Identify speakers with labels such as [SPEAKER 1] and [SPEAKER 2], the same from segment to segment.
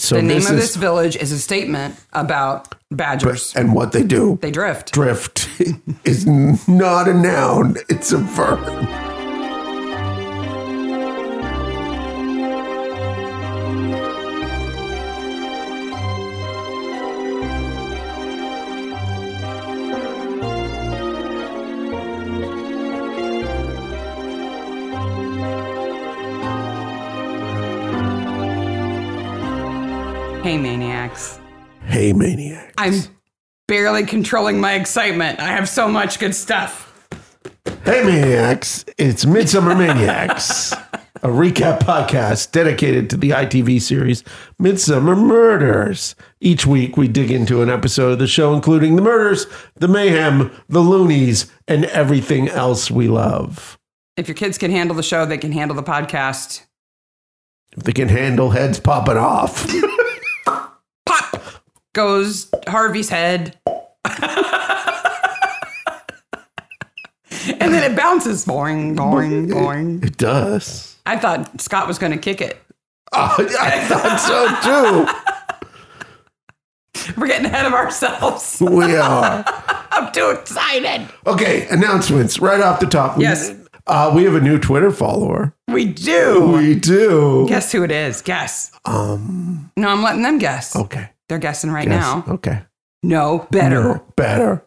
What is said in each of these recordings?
[SPEAKER 1] So
[SPEAKER 2] the name
[SPEAKER 1] this
[SPEAKER 2] of
[SPEAKER 1] is-
[SPEAKER 2] this village is a statement about badgers.
[SPEAKER 1] and what they do.
[SPEAKER 2] they drift.
[SPEAKER 1] drift is not a noun, it's a verb.
[SPEAKER 2] hey, maniacs.
[SPEAKER 1] Hey, maniac.
[SPEAKER 2] I'm barely controlling my excitement. I have so much good stuff.
[SPEAKER 1] Hey, maniacs. It's Midsummer Maniacs, a recap podcast dedicated to the ITV series Midsummer Murders. Each week, we dig into an episode of the show, including the murders, the mayhem, the loonies, and everything else we love.
[SPEAKER 2] If your kids can handle the show, they can handle the podcast.
[SPEAKER 1] If they can handle heads popping off.
[SPEAKER 2] Pop goes Harvey's head. and then it bounces. Boing, boing, boing.
[SPEAKER 1] It does.
[SPEAKER 2] I thought Scott was going to kick it.
[SPEAKER 1] Oh, I thought
[SPEAKER 2] We're getting ahead of ourselves.
[SPEAKER 1] so too. We are.
[SPEAKER 2] I'm too excited.
[SPEAKER 1] Okay, announcements right off the top. We,
[SPEAKER 2] Yes.
[SPEAKER 1] Uh, we have a new Twitter follower.
[SPEAKER 2] We do.
[SPEAKER 1] We do.
[SPEAKER 2] Guess who it is? Guess.
[SPEAKER 1] Um.
[SPEAKER 2] No, I'm letting them guess.
[SPEAKER 1] Okay.
[SPEAKER 2] They're guessing right
[SPEAKER 1] Yes.
[SPEAKER 2] now.
[SPEAKER 1] Okay.
[SPEAKER 2] No, better.
[SPEAKER 1] No, better.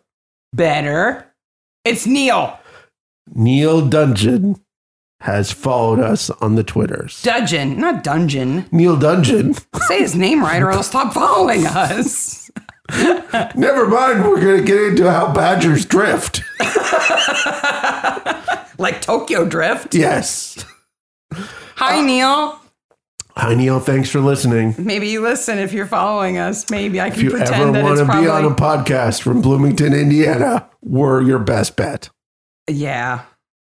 [SPEAKER 2] Better. It's Neil
[SPEAKER 1] Neil Dungeon has followed us on the Twitters.
[SPEAKER 2] Dudgeon, not Dungeon.
[SPEAKER 1] Neil Dungeon.
[SPEAKER 2] Say his name right or he'll stop following us.
[SPEAKER 1] Never mind. We're gonna get into how Badgers drift.
[SPEAKER 2] Like Tokyo Drift.
[SPEAKER 1] yes. Uh,
[SPEAKER 2] Hi, Neil.
[SPEAKER 1] Hi, Neil. Thanks for listening.
[SPEAKER 2] Maybe you listen if you're following us. Maybe I
[SPEAKER 1] If
[SPEAKER 2] can
[SPEAKER 1] you ever
[SPEAKER 2] pretend that
[SPEAKER 1] want
[SPEAKER 2] it's
[SPEAKER 1] to
[SPEAKER 2] probably.
[SPEAKER 1] be on a podcast from Bloomington, Indiana, we're your best bet.
[SPEAKER 2] yeah,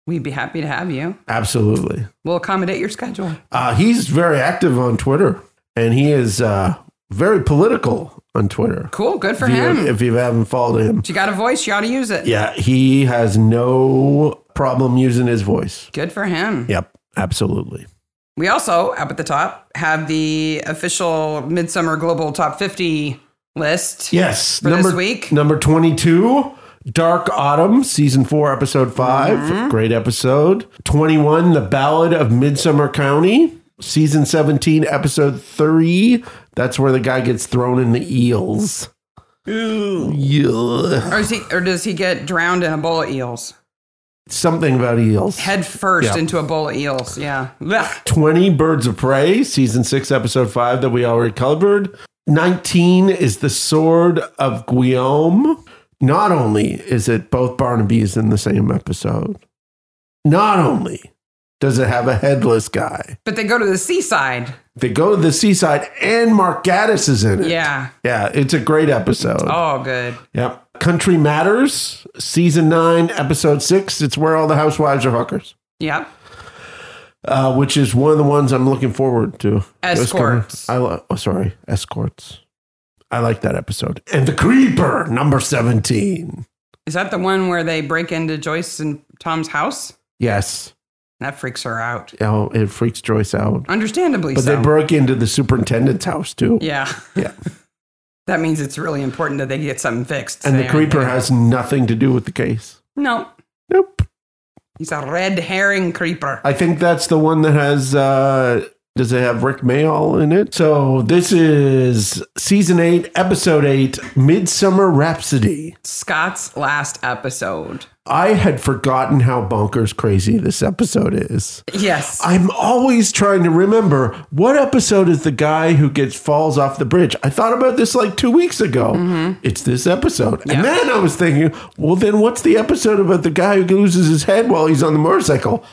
[SPEAKER 2] we'd be happy to have you.
[SPEAKER 1] Absolutely.
[SPEAKER 2] We'll accommodate your schedule.
[SPEAKER 1] Uh, he's very active on Twitter, and he is uh, very political on Twitter.
[SPEAKER 2] Cool. Good for
[SPEAKER 1] if,
[SPEAKER 2] him.
[SPEAKER 1] You, if you haven't followed him,
[SPEAKER 2] If you got a voice, you ought to use it.
[SPEAKER 1] yeah, he has no problem using his voice.
[SPEAKER 2] Good for him.
[SPEAKER 1] Yep, absolutely.
[SPEAKER 2] We also, up at the top, have the official Midsummer Global Top 50 list.
[SPEAKER 1] Yes,
[SPEAKER 2] For this week?
[SPEAKER 1] number twenty-two. Dark Autumn, season four, episode 5
[SPEAKER 2] Mm-hmm.
[SPEAKER 1] Great episode. 21, The Ballad of Midsummer County, season 17, episode three. That's where the guy gets thrown in the eels. Yeah.
[SPEAKER 2] Or, is he, or does he get drowned in a bowl of eels?
[SPEAKER 1] something about eels.
[SPEAKER 2] Head first
[SPEAKER 1] Yeah.
[SPEAKER 2] into a bowl of eels. Yeah. Blech.
[SPEAKER 1] 20 Birds of Prey, season 6 episode 5 that we already covered. 19 is The Sword of Guillaume. Not only is it both Barnaby's in the same episode. Not only does it have a headless guy.
[SPEAKER 2] But they go to the seaside.
[SPEAKER 1] They go to the seaside and Mark Gaddis is in it.
[SPEAKER 2] Yeah.
[SPEAKER 1] Yeah, it's a great episode.
[SPEAKER 2] Oh, good.
[SPEAKER 1] Yep. Country Matters, season 9 episode 6. It's where all the housewives are hookers.
[SPEAKER 2] Yep.
[SPEAKER 1] uh, which is one of the ones I'm looking forward to.
[SPEAKER 2] Escorts.
[SPEAKER 1] I li- oh, sorry, escorts. I like that episode. And the creeper number seventeen.
[SPEAKER 2] Is that the one where they break into Joyce and Tom's house?
[SPEAKER 1] Yes,
[SPEAKER 2] That freaks her out.
[SPEAKER 1] oh, it freaks Joyce out.
[SPEAKER 2] Understandably
[SPEAKER 1] But
[SPEAKER 2] so.
[SPEAKER 1] they broke into the superintendent's house too.
[SPEAKER 2] yeah.
[SPEAKER 1] Yeah.
[SPEAKER 2] That means it's really important that they get something fixed.
[SPEAKER 1] And
[SPEAKER 2] They
[SPEAKER 1] the
[SPEAKER 2] aren't
[SPEAKER 1] creeper
[SPEAKER 2] there.
[SPEAKER 1] has nothing to do with the case.
[SPEAKER 2] No.
[SPEAKER 1] Nope.
[SPEAKER 2] He's a red herring creeper.
[SPEAKER 1] I think that's the one that has. Uh, does it have Rick Mayall in it? So this is season eight, episode eight, Midsummer Rhapsody.
[SPEAKER 2] Scott's last episode.
[SPEAKER 1] I had forgotten how bonkers crazy this episode is.
[SPEAKER 2] Yes.
[SPEAKER 1] I'm always trying to remember what episode is the guy who gets falls off the bridge. I thought about this like two weeks ago. It's this episode,
[SPEAKER 2] Mm-hmm. Yeah.
[SPEAKER 1] and then I was thinking, well, then what's the episode about the guy who loses his head while he's on the motorcycle?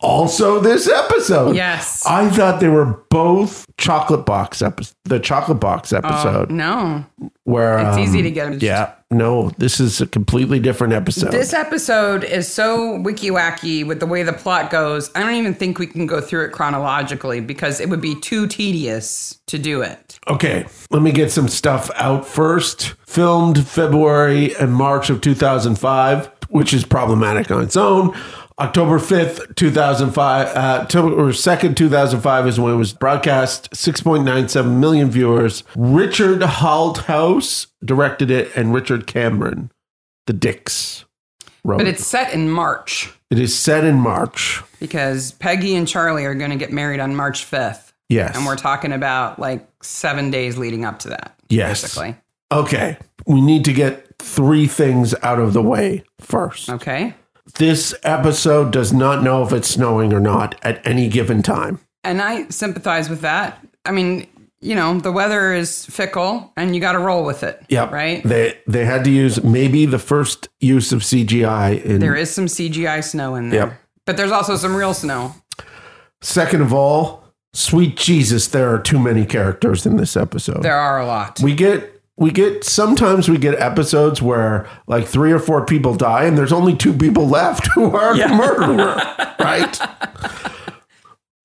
[SPEAKER 1] Also, this episode.
[SPEAKER 2] yes.
[SPEAKER 1] I thought they were both chocolate box episode, the chocolate box episode
[SPEAKER 2] no.
[SPEAKER 1] where
[SPEAKER 2] Oh. It's
[SPEAKER 1] um,
[SPEAKER 2] easy to get him.
[SPEAKER 1] Yeah, no, this is a completely different episode.
[SPEAKER 2] This episode is so wiki wacky with the way the plot goes. I don't even think we can go through it chronologically because it would be too tedious to do it.
[SPEAKER 1] Okay, let me get some stuff out first. Filmed February and March of 2005, which is problematic on its own. October 5th, 2005, uh, October 2nd, 2005 is when it was broadcast, 6.97 million viewers. Richard Halthouse directed it, and Richard Cameron, the Dicks, wrote
[SPEAKER 2] But
[SPEAKER 1] it.
[SPEAKER 2] it's set in March
[SPEAKER 1] It is set in March.
[SPEAKER 2] because Peggy and Charlie are going to get married on March 5th.
[SPEAKER 1] Yes.
[SPEAKER 2] And we're talking about like seven days leading up to that,
[SPEAKER 1] yes.
[SPEAKER 2] basically.
[SPEAKER 1] Okay. We need to get three things out of the way first.
[SPEAKER 2] Okay.
[SPEAKER 1] This episode does not know if it's snowing or not at any given time.
[SPEAKER 2] And I sympathize with that. I mean, you know, the weather is fickle and you got to roll with it. Right?
[SPEAKER 1] They they had to use maybe the first use of CGI in
[SPEAKER 2] There is some CGI snow in there.
[SPEAKER 1] Yep.
[SPEAKER 2] But there's also some real snow.
[SPEAKER 1] Second of all, sweet Jesus, there are too many characters in this episode.
[SPEAKER 2] There are a lot.
[SPEAKER 1] We get we get sometimes we get episodes where like three or four people die and there's only two people left who are the murderer, right?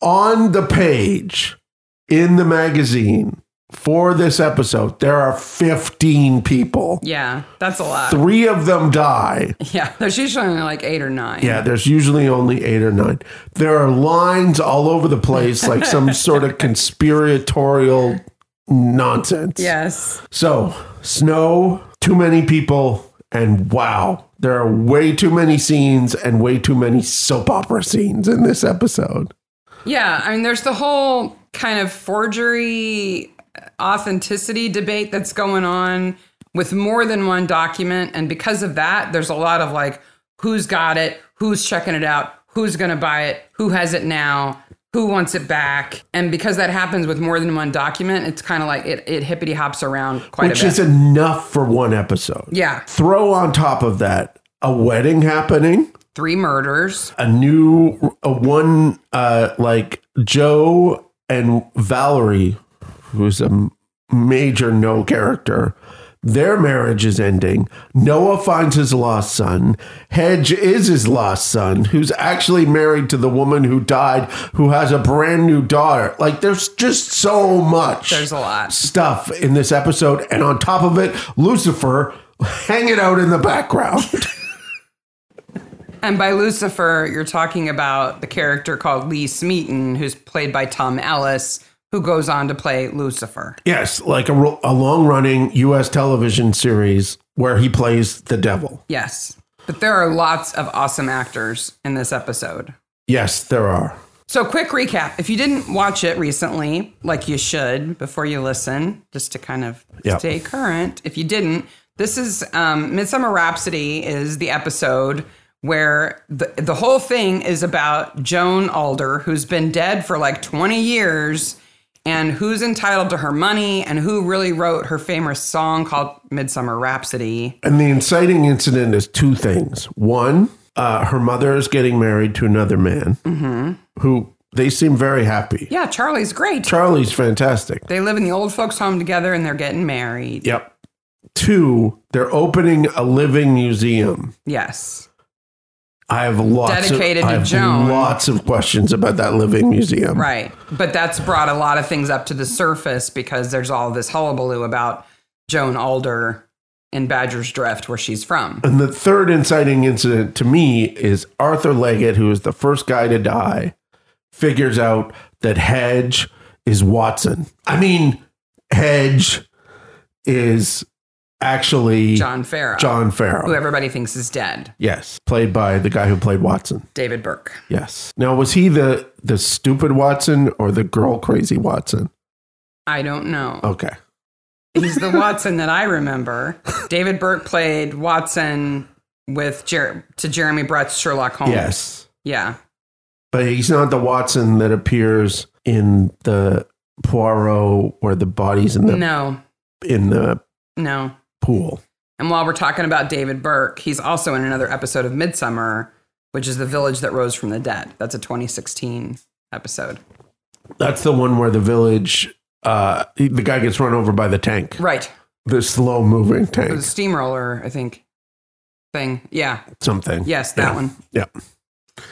[SPEAKER 1] On the page in the magazine for this episode, there are 15 people.
[SPEAKER 2] yeah, that's a lot.
[SPEAKER 1] Three of them die.
[SPEAKER 2] Yeah, there's usually only like eight or nine.
[SPEAKER 1] Yeah, there's usually only eight or nine. There are lines all over the place, like some sort of conspiratorial nonsense.
[SPEAKER 2] Yes.
[SPEAKER 1] So, snow, too many people, and wow, there are way too many scenes and way too many soap opera scenes in this episode.
[SPEAKER 2] Yeah, I mean, there's the whole kind of forgery uh, authenticity debate that's going on with more than one document. And because of that, there's a lot of like, who's got it? Who's checking it out? Who's going to buy it? Who has it now? Who wants it back? And because that happens with more than one document, it's kind of like it, it hippity hops around quite
[SPEAKER 1] Which
[SPEAKER 2] a bit.
[SPEAKER 1] is enough for one episode.
[SPEAKER 2] yeah,
[SPEAKER 1] Throw on top of that a wedding happening.
[SPEAKER 2] three murders.
[SPEAKER 1] a new a one uh like Joe and Valerie who's a m- major no character their marriage is ending Noah finds his lost son Hedge is his lost son who's actually married to the woman who died who has a brand new daughter like there's just so much
[SPEAKER 2] There's a lot.
[SPEAKER 1] stuff in this episode and on top of it Lucifer hanging out in the background
[SPEAKER 2] And by Lucifer, you're talking about the character called Lee Smeaton, who's played by Tom Ellis, who goes on to play Lucifer.
[SPEAKER 1] Yes, like a, ro- a long running U.S. television series where he plays the devil.
[SPEAKER 2] Yes. But there are lots of awesome actors in this episode.
[SPEAKER 1] Yes, there are.
[SPEAKER 2] So, quick recap if you didn't watch it recently, like you should before you listen, just to kind of
[SPEAKER 1] Yep.
[SPEAKER 2] stay current, if you didn't, this is um, Midsummer Rhapsody is the episode where the, the whole thing is about Joan Alder, who's been dead for like 20 years, and who's entitled to her money, and who really wrote her famous song called Midsummer Rhapsody.
[SPEAKER 1] And the inciting incident is two things. One, uh, her mother is getting married to another man
[SPEAKER 2] Mm-hmm.
[SPEAKER 1] who they seem very happy.
[SPEAKER 2] Yeah, Charlie's great.
[SPEAKER 1] Charlie's fantastic.
[SPEAKER 2] They live in the old folks' home together and they're getting married.
[SPEAKER 1] Yep. Two, they're opening a living museum.
[SPEAKER 2] Yes.
[SPEAKER 1] I have lots
[SPEAKER 2] Dedicated
[SPEAKER 1] of,
[SPEAKER 2] to
[SPEAKER 1] I have
[SPEAKER 2] Joan.
[SPEAKER 1] lots of questions about that living museum.
[SPEAKER 2] Right. But that's brought a lot of things up to the surface because there's all this hullabaloo about Joan Alder in Badger's Drift, where she's from.
[SPEAKER 1] And the third inciting incident to me is Arthur Leggett, who is the first guy to die, figures out that Hedge is Watson. I mean, Hedge is actually John,
[SPEAKER 2] John Farrow,
[SPEAKER 1] Farrow.
[SPEAKER 2] who everybody thinks is dead.
[SPEAKER 1] Yes, played by the guy who played Watson.
[SPEAKER 2] David Burke.
[SPEAKER 1] Yes. Now, was he the the stupid Watson or the girl crazy Watson?
[SPEAKER 2] I don't know.
[SPEAKER 1] Okay.
[SPEAKER 2] He's the Watson that I remember. David Burke played Watson with Jer- to Jeremy Brett's Sherlock Holmes.
[SPEAKER 1] Yes,
[SPEAKER 2] Yeah.
[SPEAKER 1] but he's not the Watson that appears in the Poirot where the body's in the
[SPEAKER 2] No.
[SPEAKER 1] in the
[SPEAKER 2] No.
[SPEAKER 1] pool.
[SPEAKER 2] And while we're talking about David Burke, he's also in another episode of Midsummer, which is The Village That Rose from the Dead. That's a 2016 episode.
[SPEAKER 1] That's the one where the village, uh, the guy gets run over by the tank,
[SPEAKER 2] Right.
[SPEAKER 1] the slow moving
[SPEAKER 2] It was
[SPEAKER 1] tank,
[SPEAKER 2] a steamroller, I think, thing. Yeah.
[SPEAKER 1] something.
[SPEAKER 2] Yes, that
[SPEAKER 1] Yeah.
[SPEAKER 2] one.
[SPEAKER 1] Yeah.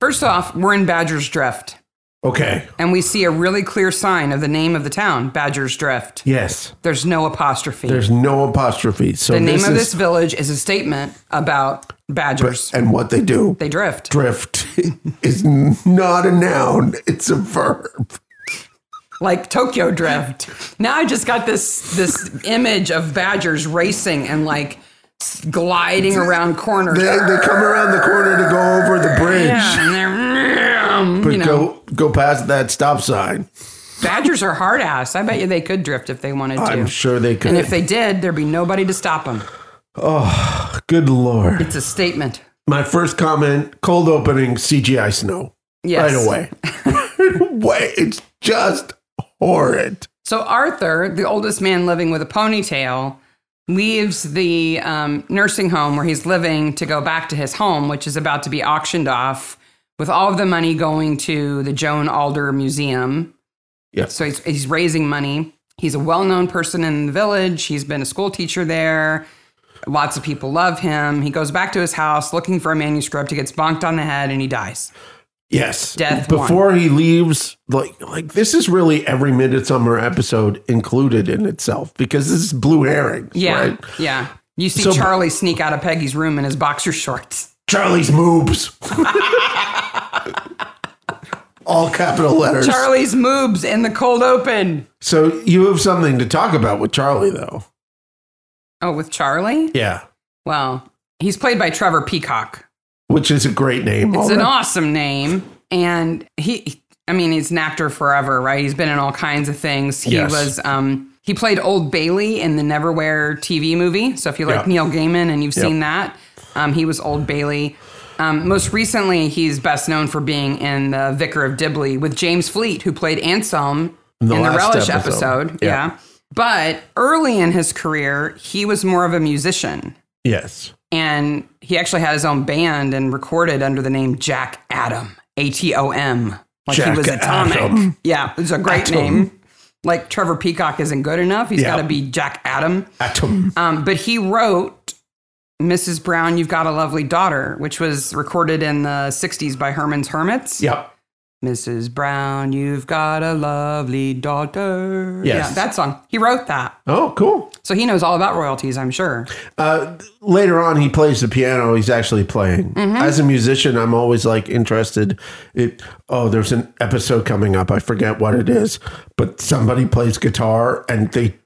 [SPEAKER 2] First off, we're in Badger's Drift.
[SPEAKER 1] Okay.
[SPEAKER 2] And we see a really clear sign of the name of the town, Badger's Drift.
[SPEAKER 1] Yes.
[SPEAKER 2] There's no apostrophe.
[SPEAKER 1] There's no apostrophe. So
[SPEAKER 2] the name
[SPEAKER 1] this
[SPEAKER 2] of
[SPEAKER 1] is uh,
[SPEAKER 2] this village is a statement about badgers.
[SPEAKER 1] and what they do.
[SPEAKER 2] they drift.
[SPEAKER 1] Drift is not a noun. It's a verb.
[SPEAKER 2] like Tokyo Drift. Now I just got this this image of badgers racing and like s- gliding around corners.
[SPEAKER 1] They, they come around the corner to go over the bridge,
[SPEAKER 2] Yeah, and they're you know
[SPEAKER 1] go go past that stop sign.
[SPEAKER 2] badgers are hard ass. I bet you they could drift if they wanted to.
[SPEAKER 1] I'm sure they could.
[SPEAKER 2] and if they did, there'd be nobody to stop them.
[SPEAKER 1] Good lord.
[SPEAKER 2] It's a statement.
[SPEAKER 1] My first comment: cold opening CGI snow
[SPEAKER 2] Yes.
[SPEAKER 1] right away. right away. It's just horrid.
[SPEAKER 2] So Arthur, the oldest man living with a ponytail, leaves the um, nursing home where he's living to go back to his home, which is about to be auctioned off, with all of the money going to the Joan Alder Museum.
[SPEAKER 1] Yeah.
[SPEAKER 2] So he's, he's raising money. He's a well-known person in the village. He's been a school teacher there. Lots of people love him. He goes back to his house looking for a manuscript. He gets bonked on the head and he dies.
[SPEAKER 1] Yes.
[SPEAKER 2] Death
[SPEAKER 1] Before he leaves, like like this is really every midsummer episode included in itself because this is blue herring.
[SPEAKER 2] Yeah,
[SPEAKER 1] Right?
[SPEAKER 2] yeah. You see
[SPEAKER 1] So-
[SPEAKER 2] Charlie sneak out of Peggy's room in his boxer shorts.
[SPEAKER 1] Charlie's moobs. All capital letters.
[SPEAKER 2] Charlie's moobs in the cold open.
[SPEAKER 1] so you have something to talk about with Charlie though.
[SPEAKER 2] Oh, with Charlie?
[SPEAKER 1] Yeah.
[SPEAKER 2] Well, he's played by Trevor Peacock.
[SPEAKER 1] Which is a great name.
[SPEAKER 2] It's
[SPEAKER 1] All
[SPEAKER 2] an
[SPEAKER 1] right.
[SPEAKER 2] awesome name. And he, I mean, he's an actor forever, right? He's been in all kinds of things. He
[SPEAKER 1] Yes.
[SPEAKER 2] was, um, he played Old Bailey in the Neverwhere TV movie. So if you like
[SPEAKER 1] Yeah.
[SPEAKER 2] Neil Gaiman and you've seen that, um, he was Old Bailey. Um, most recently, he's best known for being in The Vicar of Dibley with James Fleet, who played Anselm in
[SPEAKER 1] the
[SPEAKER 2] the,
[SPEAKER 1] last
[SPEAKER 2] Relish
[SPEAKER 1] episode.
[SPEAKER 2] episode.
[SPEAKER 1] Yeah.
[SPEAKER 2] yeah. But early in his career, he was more of a musician
[SPEAKER 1] yes.
[SPEAKER 2] and he actually had his own band and recorded under the name Jack Adam, A T O M. Like
[SPEAKER 1] Jack
[SPEAKER 2] he was atomic.
[SPEAKER 1] Adam.
[SPEAKER 2] Yeah, it's a great
[SPEAKER 1] Atom.
[SPEAKER 2] name. Like Trevor Peacock isn't good enough. He's
[SPEAKER 1] Yeah.
[SPEAKER 2] got to be Jack Adam.
[SPEAKER 1] Atom.
[SPEAKER 2] Um, but he wrote Mrs. Brown, You've Got a Lovely Daughter, which was recorded in the 60s by Herman's Hermits.
[SPEAKER 1] Yep.
[SPEAKER 2] Mrs. Brown, You've Got a Lovely Daughter.
[SPEAKER 1] Yes.
[SPEAKER 2] Yeah, that song. He wrote that.
[SPEAKER 1] Oh, cool.
[SPEAKER 2] So he knows all about royalties, I'm sure.
[SPEAKER 1] Uh, later on, he plays the piano. He's actually playing. As a musician, I'm always like interested. It oh, there's an episode coming up. I forget what it is, but somebody plays guitar, and they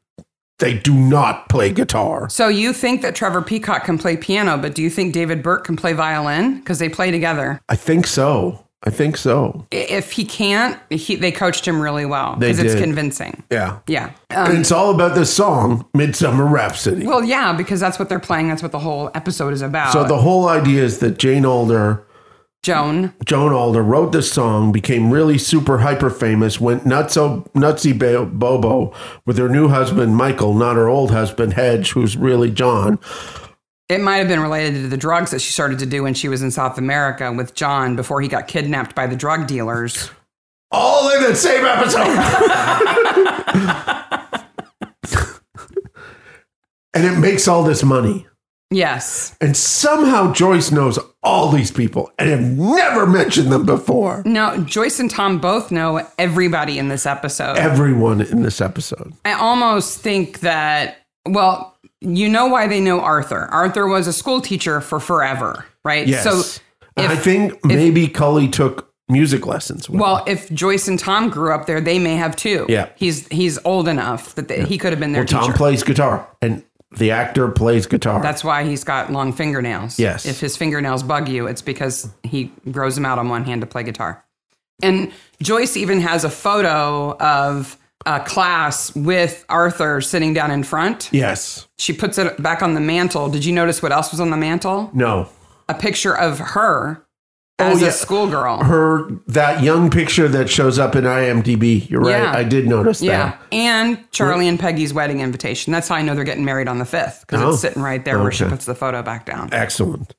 [SPEAKER 1] they do not play guitar.
[SPEAKER 2] So you think that Trevor Peacock can play piano, but do you think David Burke can play violin? Because they play together.
[SPEAKER 1] I think so. I think so.
[SPEAKER 2] I- If he can't, he, they coached him really well
[SPEAKER 1] They
[SPEAKER 2] because it's
[SPEAKER 1] did.
[SPEAKER 2] convincing.
[SPEAKER 1] Yeah,
[SPEAKER 2] Yeah.
[SPEAKER 1] and
[SPEAKER 2] Um,
[SPEAKER 1] it's all about the song "Midsummer Rhapsody."
[SPEAKER 2] well, yeah, because that's what they're playing. That's what the whole episode is about.
[SPEAKER 1] so the whole idea is that Jane Alder
[SPEAKER 2] Joan,
[SPEAKER 1] Joan Alder wrote this song, became really super hyper famous, went nutso nutsy ba- bobo with her new husband Michael, not her old husband Hedge, who's really John.
[SPEAKER 2] it might have been related to the drugs that she started to do when she was in South America with John before he got kidnapped by the drug dealers.
[SPEAKER 1] All in the same episode. and it makes all this money.
[SPEAKER 2] Yes.
[SPEAKER 1] And somehow Joyce knows all these people and have never mentioned them before.
[SPEAKER 2] No, Joyce and Tom both know everybody in this episode.
[SPEAKER 1] Everyone in this episode.
[SPEAKER 2] I almost think that, well, you know why they know Arthur. Arthur was a school teacher for forever, right?
[SPEAKER 1] Yes.
[SPEAKER 2] So,
[SPEAKER 1] And I
[SPEAKER 2] if-
[SPEAKER 1] think maybe Cully took music lessons. With
[SPEAKER 2] well, if Joyce and Tom grew up there, they may have too.
[SPEAKER 1] Yeah.
[SPEAKER 2] He's he's old enough that they, he could have been their
[SPEAKER 1] Tom
[SPEAKER 2] teacher.
[SPEAKER 1] plays guitar, and the actor plays guitar.
[SPEAKER 2] That's why he's got long fingernails.
[SPEAKER 1] Yes.
[SPEAKER 2] If his fingernails bug you, it's because he grows them out on one hand to play guitar. And Joyce even has a photo of a class with Arthur sitting down in front.
[SPEAKER 1] yes.
[SPEAKER 2] She puts it back on the mantle. Did you notice what else was on the mantle?
[SPEAKER 1] No.
[SPEAKER 2] a picture of her as
[SPEAKER 1] Oh, yeah.
[SPEAKER 2] a schoolgirl.
[SPEAKER 1] Her that young picture that shows up in IMDb. You're right.
[SPEAKER 2] Yeah.
[SPEAKER 1] I did notice
[SPEAKER 2] yeah.
[SPEAKER 1] that.
[SPEAKER 2] And Charlie and Peggy's wedding invitation. That's how I know they're getting married on the 5th because
[SPEAKER 1] Oh.
[SPEAKER 2] it's sitting right there where she
[SPEAKER 1] Okay.
[SPEAKER 2] puts the photo back down.
[SPEAKER 1] Excellent.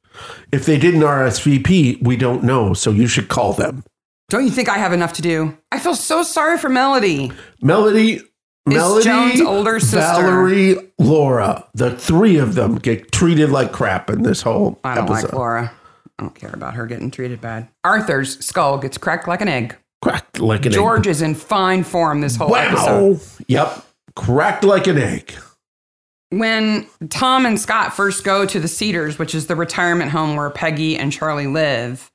[SPEAKER 1] If they didn't RSVP, we don't know, so you should call them.
[SPEAKER 2] Don't you think I have enough to do? I feel so sorry for Melody.
[SPEAKER 1] Melody, Melody,
[SPEAKER 2] Joan's older sister.
[SPEAKER 1] Valerie, Laura. The three of them get treated like crap in this whole
[SPEAKER 2] I don't
[SPEAKER 1] episode.
[SPEAKER 2] like Laura. I don't care about her getting treated bad. Arthur's skull gets cracked like an egg.
[SPEAKER 1] Cracked like an egg.
[SPEAKER 2] George is in fine form this whole episode.
[SPEAKER 1] Wow. Yep. Cracked like an egg.
[SPEAKER 2] When Tom and Scott first go to the Cedars, which is the retirement home where Peggy and Charlie live,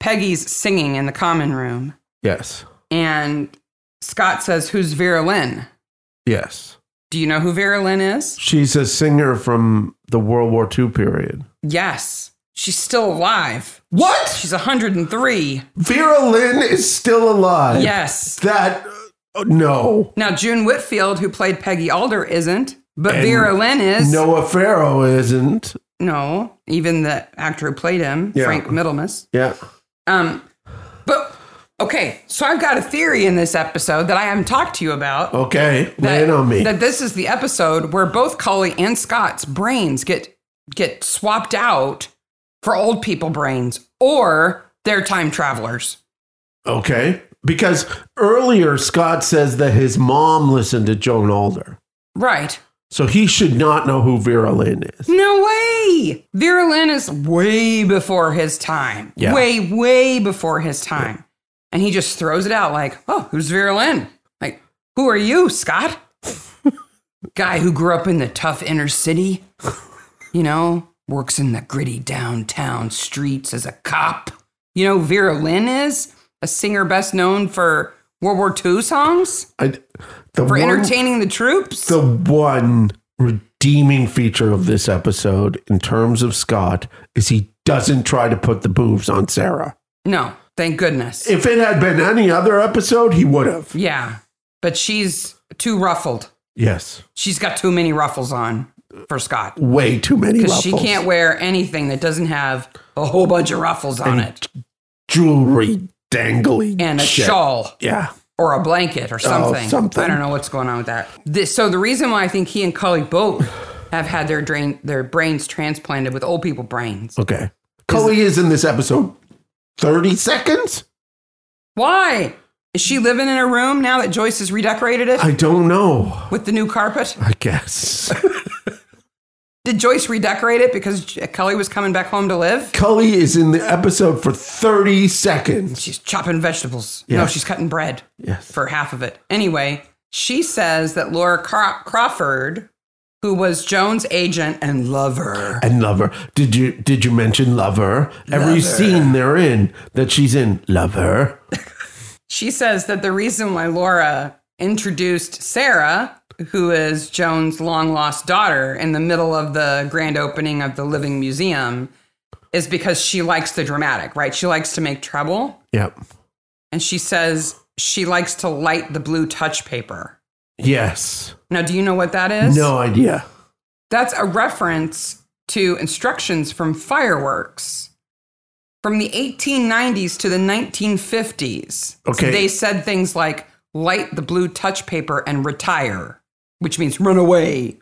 [SPEAKER 2] Peggy's singing in the common room.
[SPEAKER 1] Yes.
[SPEAKER 2] And Scott says, Who's Vera Lynn?
[SPEAKER 1] Yes.
[SPEAKER 2] Do you know who Vera Lynn is?
[SPEAKER 1] She's a singer from the World War II period.
[SPEAKER 2] Yes. She's still alive.
[SPEAKER 1] What?
[SPEAKER 2] She's 103.
[SPEAKER 1] Vera Lynn is still alive.
[SPEAKER 2] Yes.
[SPEAKER 1] That, uh, no.
[SPEAKER 2] Now, June Whitfield, who played Peggy Alder, isn't, but
[SPEAKER 1] And
[SPEAKER 2] Vera Lynn is.
[SPEAKER 1] Noah Farrow isn't.
[SPEAKER 2] No, even the actor who played him,
[SPEAKER 1] Yeah.
[SPEAKER 2] Frank Middlemas.
[SPEAKER 1] Yeah.
[SPEAKER 2] Um, but okay, so I've got a theory in this episode that I haven't talked to you about.
[SPEAKER 1] Okay. Lay
[SPEAKER 2] that,
[SPEAKER 1] it Oh, on me.
[SPEAKER 2] that this is the episode where both Cully and Scott's brains get get swapped out for old people brains, or they're time travelers.
[SPEAKER 1] okay. Because earlier Scott says that his mom listened to Joan Alder.
[SPEAKER 2] Right.
[SPEAKER 1] So he should not know who Vera Lynn is.
[SPEAKER 2] No way. Vera Lynn is way before his time.
[SPEAKER 1] Yeah.
[SPEAKER 2] Way, way before his time. And he just throws it out like, oh, who's Vera Lynn? Like, who are you, Scott? Guy who grew up in the tough inner city, you know, works in the gritty downtown streets as a cop. You know, who Vera Lynn is a singer best known for World War II songs,
[SPEAKER 1] I, the
[SPEAKER 2] for
[SPEAKER 1] one,
[SPEAKER 2] entertaining the troops.
[SPEAKER 1] the one redeeming feature of this episode in terms of Scott is he doesn't try to put the boobs on Sarah.
[SPEAKER 2] no, thank goodness.
[SPEAKER 1] If it had been any other episode, he would have.
[SPEAKER 2] Yeah, but she's too ruffled.
[SPEAKER 1] Yes.
[SPEAKER 2] She's got too many ruffles on for Scott
[SPEAKER 1] Way too many
[SPEAKER 2] because
[SPEAKER 1] ruffles.
[SPEAKER 2] she can't wear anything that doesn't have a whole bunch of ruffles on it
[SPEAKER 1] jewelry dangly
[SPEAKER 2] and a
[SPEAKER 1] shit.
[SPEAKER 2] shawl
[SPEAKER 1] Yeah.
[SPEAKER 2] or a blanket or something.
[SPEAKER 1] something.
[SPEAKER 2] I don't know what's going on with that. This, so the reason why I think he and Cully both have had their drain their brains transplanted with old people brains.
[SPEAKER 1] Okay. Cully is in this episode 30 seconds?
[SPEAKER 2] Why is she living in a room now that Joyce has redecorated it
[SPEAKER 1] I don't know.
[SPEAKER 2] with the new carpet?
[SPEAKER 1] I guess.
[SPEAKER 2] Did Joyce redecorate it because J- Cully was coming back home to live?
[SPEAKER 1] Cully is in the episode for 30 seconds.
[SPEAKER 2] She's chopping vegetables.
[SPEAKER 1] Yeah.
[SPEAKER 2] No, she's cutting bread
[SPEAKER 1] Yes.
[SPEAKER 2] for half of it. Anyway, she says that Laura Cro- Crawford, who was Joan's agent and lover,
[SPEAKER 1] and lover. Did you did you mention lover? Every
[SPEAKER 2] Lover.
[SPEAKER 1] scene they're in that she's in lover.
[SPEAKER 2] she says that the reason why Laura introduced Sarah, who is Joan's long lost daughter, in the middle of the grand opening of the Living Museum is because she likes the dramatic, right? She likes to make trouble.
[SPEAKER 1] Yep.
[SPEAKER 2] And she says she likes to light the blue touch paper.
[SPEAKER 1] Yes.
[SPEAKER 2] Now, do you know what that is?
[SPEAKER 1] No idea.
[SPEAKER 2] That's a reference to instructions from fireworks from the 1890s to the 1950s. So
[SPEAKER 1] Okay.
[SPEAKER 2] they said things like light the blue touch paper and retire, which means run away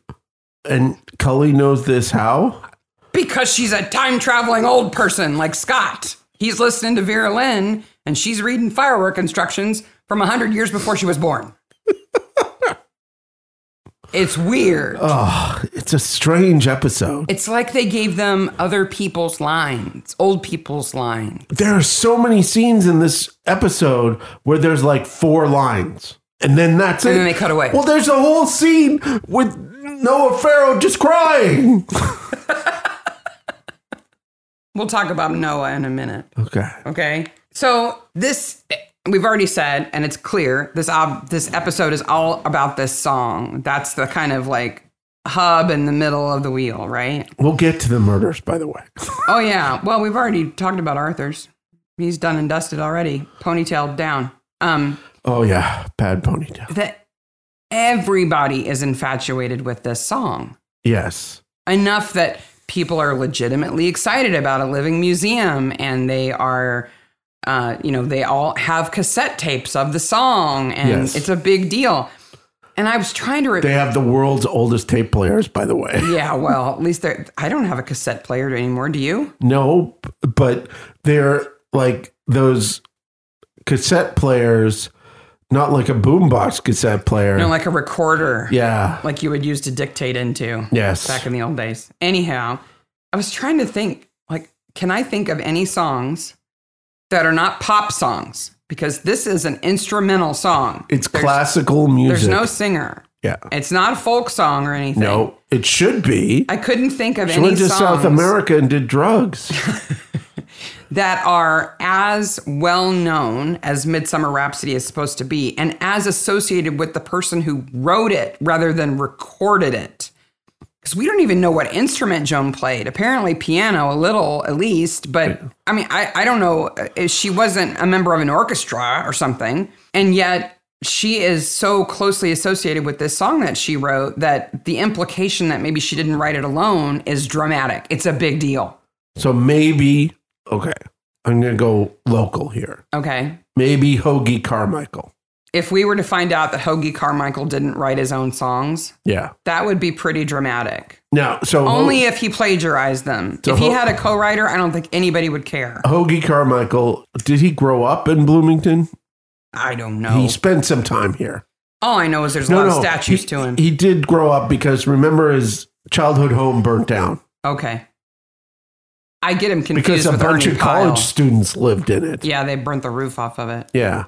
[SPEAKER 1] And Cully knows this how?
[SPEAKER 2] because she's a time traveling old person like Scott. He's listening to Vera Lynn and she's reading firework instructions from 100 years before she was born. it's weird.
[SPEAKER 1] Oh, it's a strange episode.
[SPEAKER 2] It's like they gave them other people's lines, old people's lines.
[SPEAKER 1] There are so many scenes in this episode where there's like four lines. And then that's it.
[SPEAKER 2] And then they cut away.
[SPEAKER 1] Well, there's a whole scene with Noah Farrow just crying.
[SPEAKER 2] We'll talk about Noah in a minute.
[SPEAKER 1] Okay.
[SPEAKER 2] Okay. So this we've already said, and it's clear this ob- this episode is all about this song. That's the kind of like hub in the middle of the wheel, right?
[SPEAKER 1] We'll get to the murders, by the way.
[SPEAKER 2] Oh yeah. Well, we've already talked about Arthur's. He's done and dusted already. Ponytail down. Um,
[SPEAKER 1] Oh, yeah. Bad ponytail.
[SPEAKER 2] that everybody is infatuated with this song.
[SPEAKER 1] Yes.
[SPEAKER 2] enough that people are legitimately excited about a living museum and they are uh, you know they all have cassette tapes of the song and
[SPEAKER 1] Yes.
[SPEAKER 2] it's a big deal and i was trying to re-
[SPEAKER 1] They have the world's oldest tape players, by the way.
[SPEAKER 2] yeah well at least they're i don't have a cassette player anymore do you
[SPEAKER 1] No, but they're like those cassette players, not like a boombox cassette player.
[SPEAKER 2] you know like a recorder
[SPEAKER 1] yeah.
[SPEAKER 2] like you would use to dictate into
[SPEAKER 1] Yes.
[SPEAKER 2] back in the old days anyhow i was trying to think like can i think of any songs that are not pop songs because this is an instrumental song.
[SPEAKER 1] It's classical
[SPEAKER 2] There's
[SPEAKER 1] music.
[SPEAKER 2] no singer.
[SPEAKER 1] yeah.
[SPEAKER 2] It's not a folk song or anything.
[SPEAKER 1] No, it should be.
[SPEAKER 2] I couldn't think of
[SPEAKER 1] She
[SPEAKER 2] any
[SPEAKER 1] went to
[SPEAKER 2] songs
[SPEAKER 1] South America and did drugs.
[SPEAKER 2] that are as well known as Midsummer Rhapsody is supposed to be and as associated with the person who wrote it rather than recorded it. Because we don't even know what instrument Joan played. Apparently, piano, a little at least, but I mean, I, I don't know. uh, She wasn't a member of an orchestra or something. And yet, she is so closely associated with this song that she wrote that the implication that maybe she didn't write it alone is dramatic. It's a big deal.
[SPEAKER 1] So maybe, okay, I'm going to go local here.
[SPEAKER 2] Okay.
[SPEAKER 1] Maybe Hoagie Carmichael.
[SPEAKER 2] if we were to find out that Hoagie Carmichael didn't write his own songs,
[SPEAKER 1] Yeah.
[SPEAKER 2] that would be pretty dramatic.
[SPEAKER 1] Now, so Ho-
[SPEAKER 2] Only if he plagiarized them.
[SPEAKER 1] So
[SPEAKER 2] if he
[SPEAKER 1] Ho- Oh,
[SPEAKER 2] had a co-writer, I don't think anybody would care.
[SPEAKER 1] Hoagie Carmichael, did he grow up in Bloomington?
[SPEAKER 2] I don't know.
[SPEAKER 1] He spent some time here.
[SPEAKER 2] All I know is there's a lot of statues
[SPEAKER 1] he,
[SPEAKER 2] to him.
[SPEAKER 1] He did grow up because remember his childhood home burnt down
[SPEAKER 2] okay. I get him confused
[SPEAKER 1] because a
[SPEAKER 2] with
[SPEAKER 1] bunch
[SPEAKER 2] Ernie
[SPEAKER 1] of college
[SPEAKER 2] Pyle.
[SPEAKER 1] students lived in it.
[SPEAKER 2] Yeah, they burnt the roof off of it.
[SPEAKER 1] Yeah,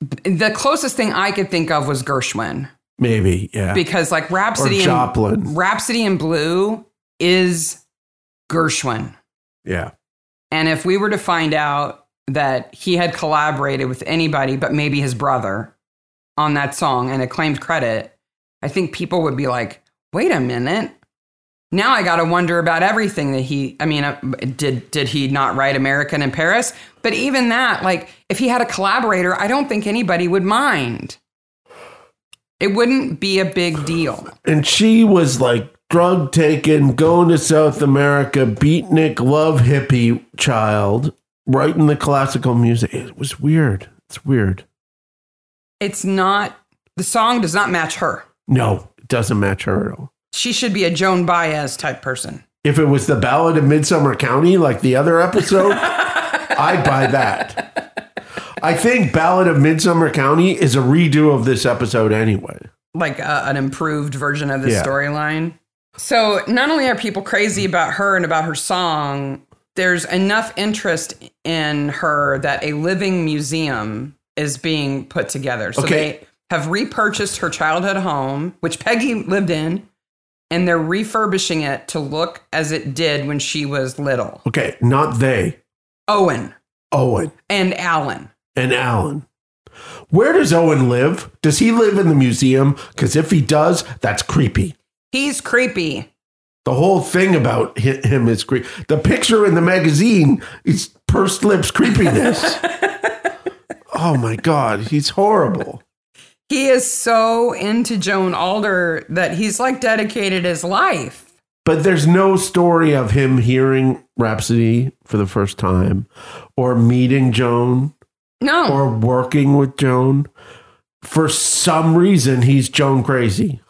[SPEAKER 2] The closest thing I could think of was Gershwin
[SPEAKER 1] maybe. Yeah.
[SPEAKER 2] because like
[SPEAKER 1] or
[SPEAKER 2] Rhapsody in,
[SPEAKER 1] Joplin.
[SPEAKER 2] Rhapsody in Blue is Gershwin.
[SPEAKER 1] Yeah.
[SPEAKER 2] And if we were to find out that he had collaborated with anybody but maybe his brother on that song and it claimed credit, I think people would be like, wait a minute. Now I got to wonder about everything that he, I mean, uh, did, did he not write American in Paris? But even that, like, if he had a collaborator, I don't think anybody would mind. It wouldn't be a big deal.
[SPEAKER 1] And she was like drug taken, going to South America, beatnik, love hippie child, writing the classical music. It was weird. It's weird.
[SPEAKER 2] It's not, the song does not match her.
[SPEAKER 1] No, it doesn't match her at all.
[SPEAKER 2] She should be a Joan Baez type person.
[SPEAKER 1] If it was the Ballad of Midsummer County, like the other episode, I'd buy that. I think Ballad of Midsummer County is a redo of this episode anyway.
[SPEAKER 2] like a, an improved version of this
[SPEAKER 1] Yeah.
[SPEAKER 2] storyline. So not only are people crazy about her and about her song, there's enough interest in her that a living museum is being put together. So
[SPEAKER 1] Okay.
[SPEAKER 2] they have repurchased her childhood home, which Peggy lived in, and they're refurbishing it to look as it did when she was little.
[SPEAKER 1] Okay, not they,
[SPEAKER 2] Owen
[SPEAKER 1] Owen
[SPEAKER 2] and Alan.
[SPEAKER 1] and Alan. Where does Owen live? Does he live in the museum? Because if he does, that's creepy.
[SPEAKER 2] He's creepy.
[SPEAKER 1] The whole thing about hi- him is creepy. The picture in the magazine is pursed lips creepiness. oh my God, he's horrible.
[SPEAKER 2] He is so into Joan Alder that he's like dedicated his life
[SPEAKER 1] But there's no story of him hearing Rhapsody for the first time or meeting Joan
[SPEAKER 2] No.
[SPEAKER 1] or working with Joan. For some reason, he's Joan crazy.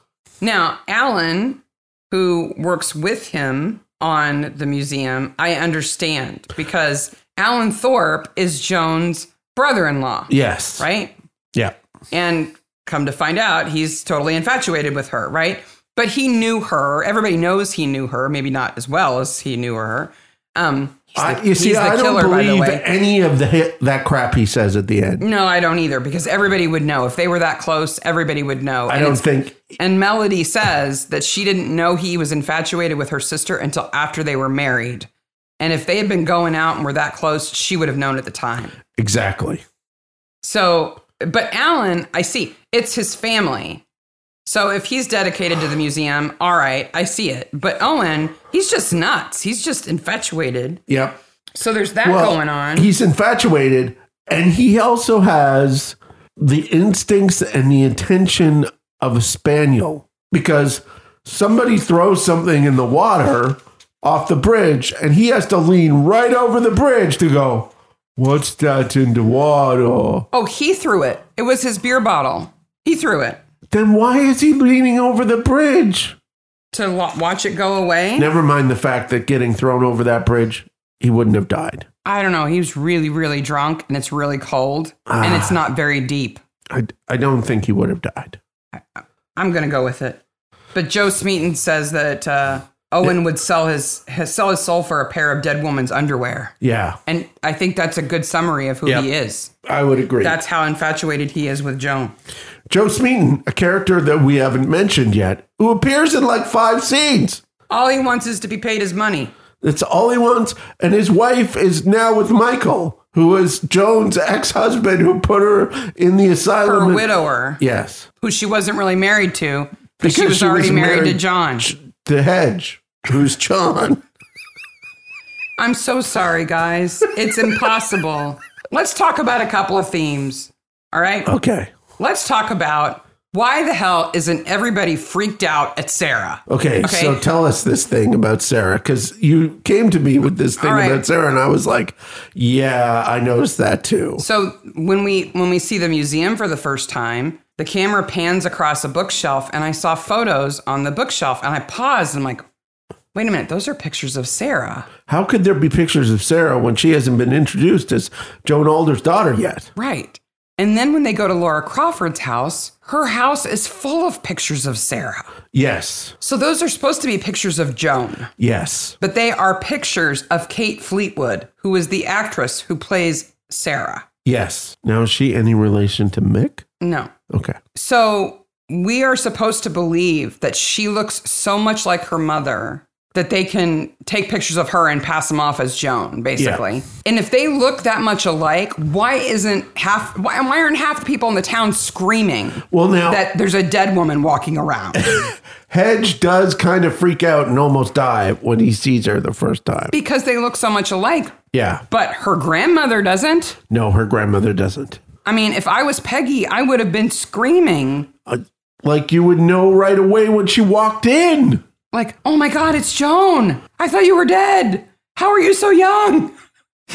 [SPEAKER 2] now, Alan, who works with him on the museum, I understand because Alan Thorpe is Joan's brother in law,
[SPEAKER 1] Yes.
[SPEAKER 2] right?
[SPEAKER 1] Yeah.
[SPEAKER 2] And come to find out, he's totally infatuated with her, right? But he knew her. Everybody knows he knew her, maybe not as well as he knew her. Um, he's the,
[SPEAKER 1] I, you see,
[SPEAKER 2] he's the
[SPEAKER 1] I
[SPEAKER 2] killer,
[SPEAKER 1] don't
[SPEAKER 2] by the
[SPEAKER 1] believe
[SPEAKER 2] way.
[SPEAKER 1] any of the hit, that crap he says at the end.
[SPEAKER 2] No, I don't either because everybody would know. If they were that close, everybody would know.
[SPEAKER 1] I
[SPEAKER 2] And
[SPEAKER 1] don't
[SPEAKER 2] it's-
[SPEAKER 1] think.
[SPEAKER 2] And Melody says that she didn't know he was infatuated with her sister until after they were married. And if they had been going out and were that close, she would have known at the time.
[SPEAKER 1] Exactly.
[SPEAKER 2] So, but Alan, I see, it's his family. So if he's dedicated to the museum, all right, I see it. But Owen, he's just nuts. He's just infatuated.
[SPEAKER 1] Yep.
[SPEAKER 2] So there's that going on.
[SPEAKER 1] He's infatuated, and he also has the instincts and the attention of a spaniel because somebody throws something in the water off the bridge, and he has to lean right over the bridge to go. What's that in the water?
[SPEAKER 2] oh, he threw it. It was his beer bottle. He threw it
[SPEAKER 1] Then why is he leaning over the bridge?
[SPEAKER 2] to lo- watch it go away.
[SPEAKER 1] Never mind the fact that getting thrown over that bridge, he wouldn't have died.
[SPEAKER 2] I don't know. He was really, really drunk and it's really cold and it's
[SPEAKER 1] Ah.
[SPEAKER 2] not very deep.
[SPEAKER 1] I, I don't think he would have died.
[SPEAKER 2] I'm going to go with it. But Joe Smeaton says that uh, Owen would sell his, his sell his soul for a pair of dead woman's underwear.
[SPEAKER 1] Yeah,
[SPEAKER 2] And I think that's a good summary of who
[SPEAKER 1] Yep.
[SPEAKER 2] he is.
[SPEAKER 1] I would agree.
[SPEAKER 2] That's how infatuated he is with Joan.
[SPEAKER 1] Joe Smeaton, a character that we haven't mentioned yet, who appears in like five scenes.
[SPEAKER 2] All he wants is to be paid his money.
[SPEAKER 1] That's all he wants. And his wife is now with Michael, who is Joan's ex husband who put her in the
[SPEAKER 2] Her
[SPEAKER 1] asylum.
[SPEAKER 2] widower,
[SPEAKER 1] Yes.
[SPEAKER 2] who she wasn't really married to, but she
[SPEAKER 1] Because
[SPEAKER 2] was
[SPEAKER 1] she
[SPEAKER 2] already
[SPEAKER 1] was
[SPEAKER 2] married, to
[SPEAKER 1] married-
[SPEAKER 2] John.
[SPEAKER 1] The hedge, who's John.
[SPEAKER 2] I'm so sorry, guys. It's impossible. Let's talk about a couple of themes. All right.
[SPEAKER 1] Okay.
[SPEAKER 2] Let's talk about why the hell isn't everybody freaked out at Sarah?
[SPEAKER 1] Okay, so tell us this thing about Sarah because you came to me with this thing
[SPEAKER 2] All right.
[SPEAKER 1] about Sarah, and I was like, "Yeah, I noticed that too."
[SPEAKER 2] So when we when we see the museum for the first time, the camera pans across a bookshelf and I saw photos on the bookshelf and I paused and I'm like, wait a minute, those are pictures of Sarah.
[SPEAKER 1] How could there be pictures of Sarah when she hasn't been introduced as Joan Alder's daughter yet?
[SPEAKER 2] Right. And then when they go to Laura Crawford's house, her house is full of pictures of Sarah.
[SPEAKER 1] Yes,
[SPEAKER 2] So those are supposed to be pictures of Joan,
[SPEAKER 1] yes,
[SPEAKER 2] but they are pictures of Kate Fleetwood, who is the actress who plays Sarah.
[SPEAKER 1] yes. Now is she any relation to Mick?
[SPEAKER 2] No.
[SPEAKER 1] Okay,
[SPEAKER 2] So we are supposed to believe that she looks so much like her mother that they can take pictures of her and pass them off as Joan, basically. And if they look that much alike, why isn't half why, why aren't half the people in the town screaming
[SPEAKER 1] well now
[SPEAKER 2] that there's a dead woman walking around?
[SPEAKER 1] Hedge does kind of freak out and almost die when he sees her the first time.
[SPEAKER 2] because they look so much alike.
[SPEAKER 1] Yeah,
[SPEAKER 2] But her grandmother doesn't.
[SPEAKER 1] no, her grandmother doesn't.
[SPEAKER 2] I mean, if I was Peggy, I would have been screaming
[SPEAKER 1] Uh, like you would know right away when she walked in.
[SPEAKER 2] like, "Oh my god, it's Joan. I thought you were dead. How are you so young?"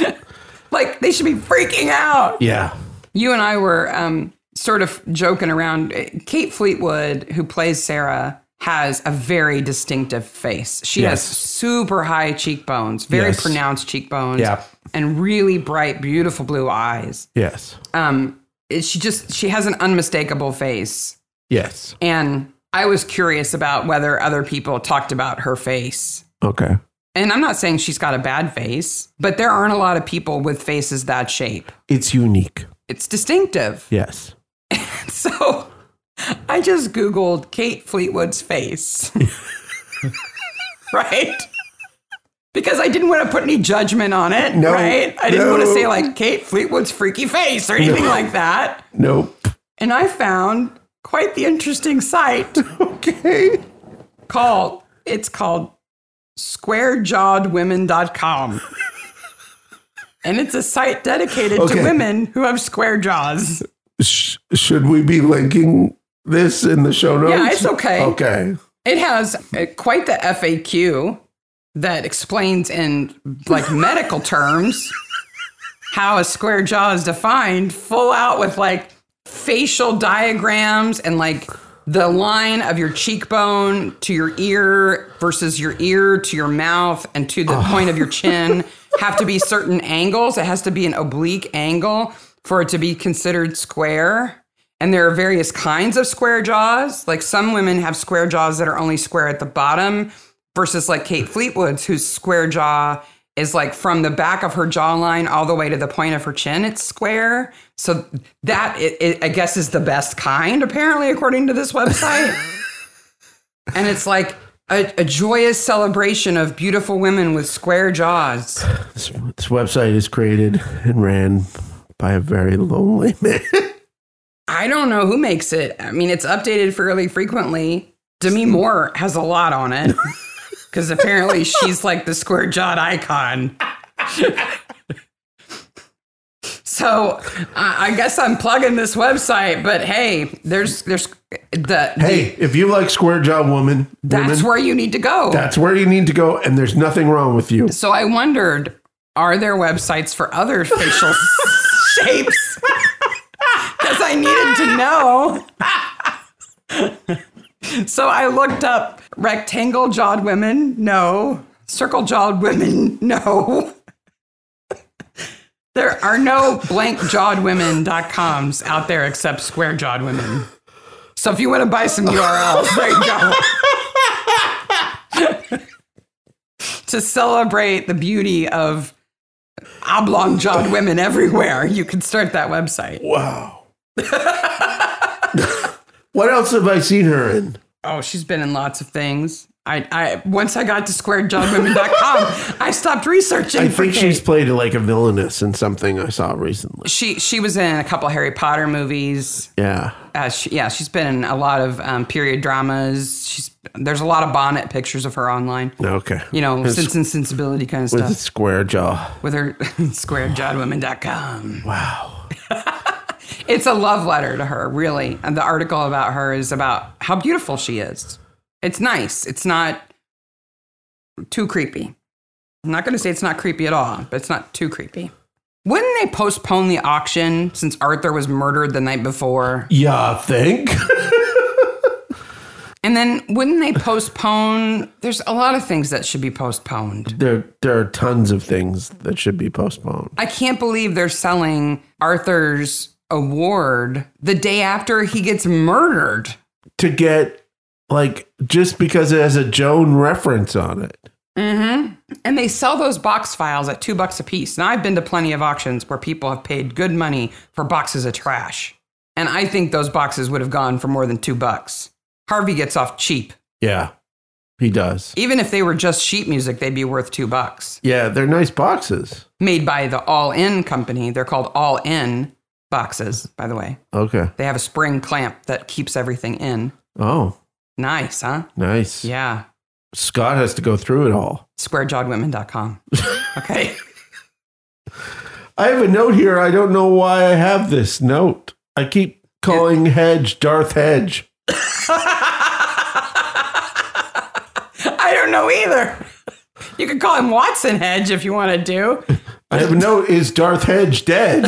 [SPEAKER 2] like they should be freaking out.
[SPEAKER 1] Yeah,
[SPEAKER 2] You and I were um sort of joking around. Kate Fleetwood, who plays Sarah, has a very distinctive face. She has
[SPEAKER 1] Yes.
[SPEAKER 2] super high cheekbones, very
[SPEAKER 1] Yes.
[SPEAKER 2] pronounced cheekbones,
[SPEAKER 1] Yeah.
[SPEAKER 2] and really bright, beautiful blue eyes.
[SPEAKER 1] yes,
[SPEAKER 2] um it- she just she has an unmistakable face
[SPEAKER 1] yes.
[SPEAKER 2] and i was curious about whether other people talked about her face
[SPEAKER 1] Okay.
[SPEAKER 2] and i'm not saying she's got a bad face but there aren't a lot of people with faces that shape
[SPEAKER 1] It's unique.
[SPEAKER 2] it's distinctive
[SPEAKER 1] Yes.
[SPEAKER 2] so i just googled kate fleetwood's face right because i didn't want to put any judgment on it
[SPEAKER 1] No,
[SPEAKER 2] right i didn't want to
[SPEAKER 1] no.
[SPEAKER 2] say like kate fleetwood's freaky face or anything like that
[SPEAKER 1] Nope.
[SPEAKER 2] and I found quite the interesting site
[SPEAKER 1] Okay.
[SPEAKER 2] called it's called squarejawedwomen.com. And it's a site dedicated to
[SPEAKER 1] Okay.
[SPEAKER 2] women who have square jaws.
[SPEAKER 1] Sh- should we be linking this in the show notes?
[SPEAKER 2] Yeah, it's okay.
[SPEAKER 1] Okay.
[SPEAKER 2] It has uh, quite the FAQ that explains in like medical terms how a square jaw is defined, full out with like facial diagrams and like the line of your cheekbone to your ear versus your ear to your mouth and to the point of your chin have to be certain angles. It has to be an oblique angle for it to be considered square. And there are various kinds of square jaws. Like some women have square jaws that are only square at the bottom, versus like Kate Fleetwood's, whose square jaw is like from the back of her jawline all the way to the point of her chin. It's square. So that, it, it, I guess, is the best kind, apparently, according to this website. and it's like a, a joyous celebration of beautiful women with square jaws.
[SPEAKER 1] This, this website is created and ran by a very lonely man.
[SPEAKER 2] I don't know who makes it. I mean, it's updated fairly frequently. Demi Moore has a lot on it because apparently she's like the square jawed icon. so I I guess I'm plugging this website, but hey, there's there's the
[SPEAKER 1] hey, if you like Square Jaw Woman,
[SPEAKER 2] that's
[SPEAKER 1] women,
[SPEAKER 2] where you need to go.
[SPEAKER 1] that's where you need to go, and there's nothing wrong with you.
[SPEAKER 2] So I wondered, are there websites for other facial shapes? Because I needed to know. so I looked up rectangle jawed women, no. Circle jawed women, no. there are no blank jawed women.coms out there except square jawed women. So if you want to buy some URLs, there you go. to celebrate the beauty of oblong jawed women everywhere. You can start that website.
[SPEAKER 1] Wow. what else have I seen her in?
[SPEAKER 2] Oh, she's been in lots of things. I, I once I got to squarejawedwomen.com, I stopped researching.
[SPEAKER 1] I
[SPEAKER 2] for
[SPEAKER 1] think
[SPEAKER 2] Kate.
[SPEAKER 1] she's played like a villainess in something I saw recently.
[SPEAKER 2] she she was in a couple Harry Potter movies.
[SPEAKER 1] Yeah.
[SPEAKER 2] Uh, she, yeah, she's been in a lot of um, period dramas. She's there's a lot of bonnet pictures of her online.
[SPEAKER 1] Okay.
[SPEAKER 2] You know, uh,
[SPEAKER 1] It's-
[SPEAKER 2] sense and sensibility kind of
[SPEAKER 1] with
[SPEAKER 2] stuff
[SPEAKER 1] a square jaw.
[SPEAKER 2] with her squarejawedwomen.com.
[SPEAKER 1] Wow.
[SPEAKER 2] It's a love letter to her, really. And the article about her is about how beautiful she is. It's nice. It's not too creepy. I'm not going to say it's not creepy at all, but it's not too creepy. Wouldn't they postpone the auction since Arthur was murdered the night before?
[SPEAKER 1] Yeah, I think.
[SPEAKER 2] And then wouldn't they postpone? There's a lot of things that should be postponed.
[SPEAKER 1] there there are tons of things that should be postponed.
[SPEAKER 2] I can't believe they're selling Arthur's award the day after he gets murdered.
[SPEAKER 1] To get like just because it has a Joan reference on it.
[SPEAKER 2] And they sell those box files at two bucks a piece. Now, I've been to plenty of auctions where people have paid good money for boxes of trash. And I think those boxes would have gone for more than two bucks. Harvey gets off cheap.
[SPEAKER 1] Yeah. He does.
[SPEAKER 2] Even if they were just sheet music, they'd be worth two bucks.
[SPEAKER 1] Yeah, they're nice boxes.
[SPEAKER 2] Made by the All In company. They're called All In boxes, by the way.
[SPEAKER 1] Okay.
[SPEAKER 2] They have a spring clamp that keeps everything in.
[SPEAKER 1] Oh,
[SPEAKER 2] Nice, huh?
[SPEAKER 1] nice.
[SPEAKER 2] Yeah.
[SPEAKER 1] Scott has to go through it all.
[SPEAKER 2] Squarejawedwomen.com. Okay.
[SPEAKER 1] I have a note here. I don't know why I have this note. I keep calling Hedge Darth Hedge.
[SPEAKER 2] I don't know either. You could call him Watson Hedge if you want to do.
[SPEAKER 1] I have a note. Is Darth Hedge dead?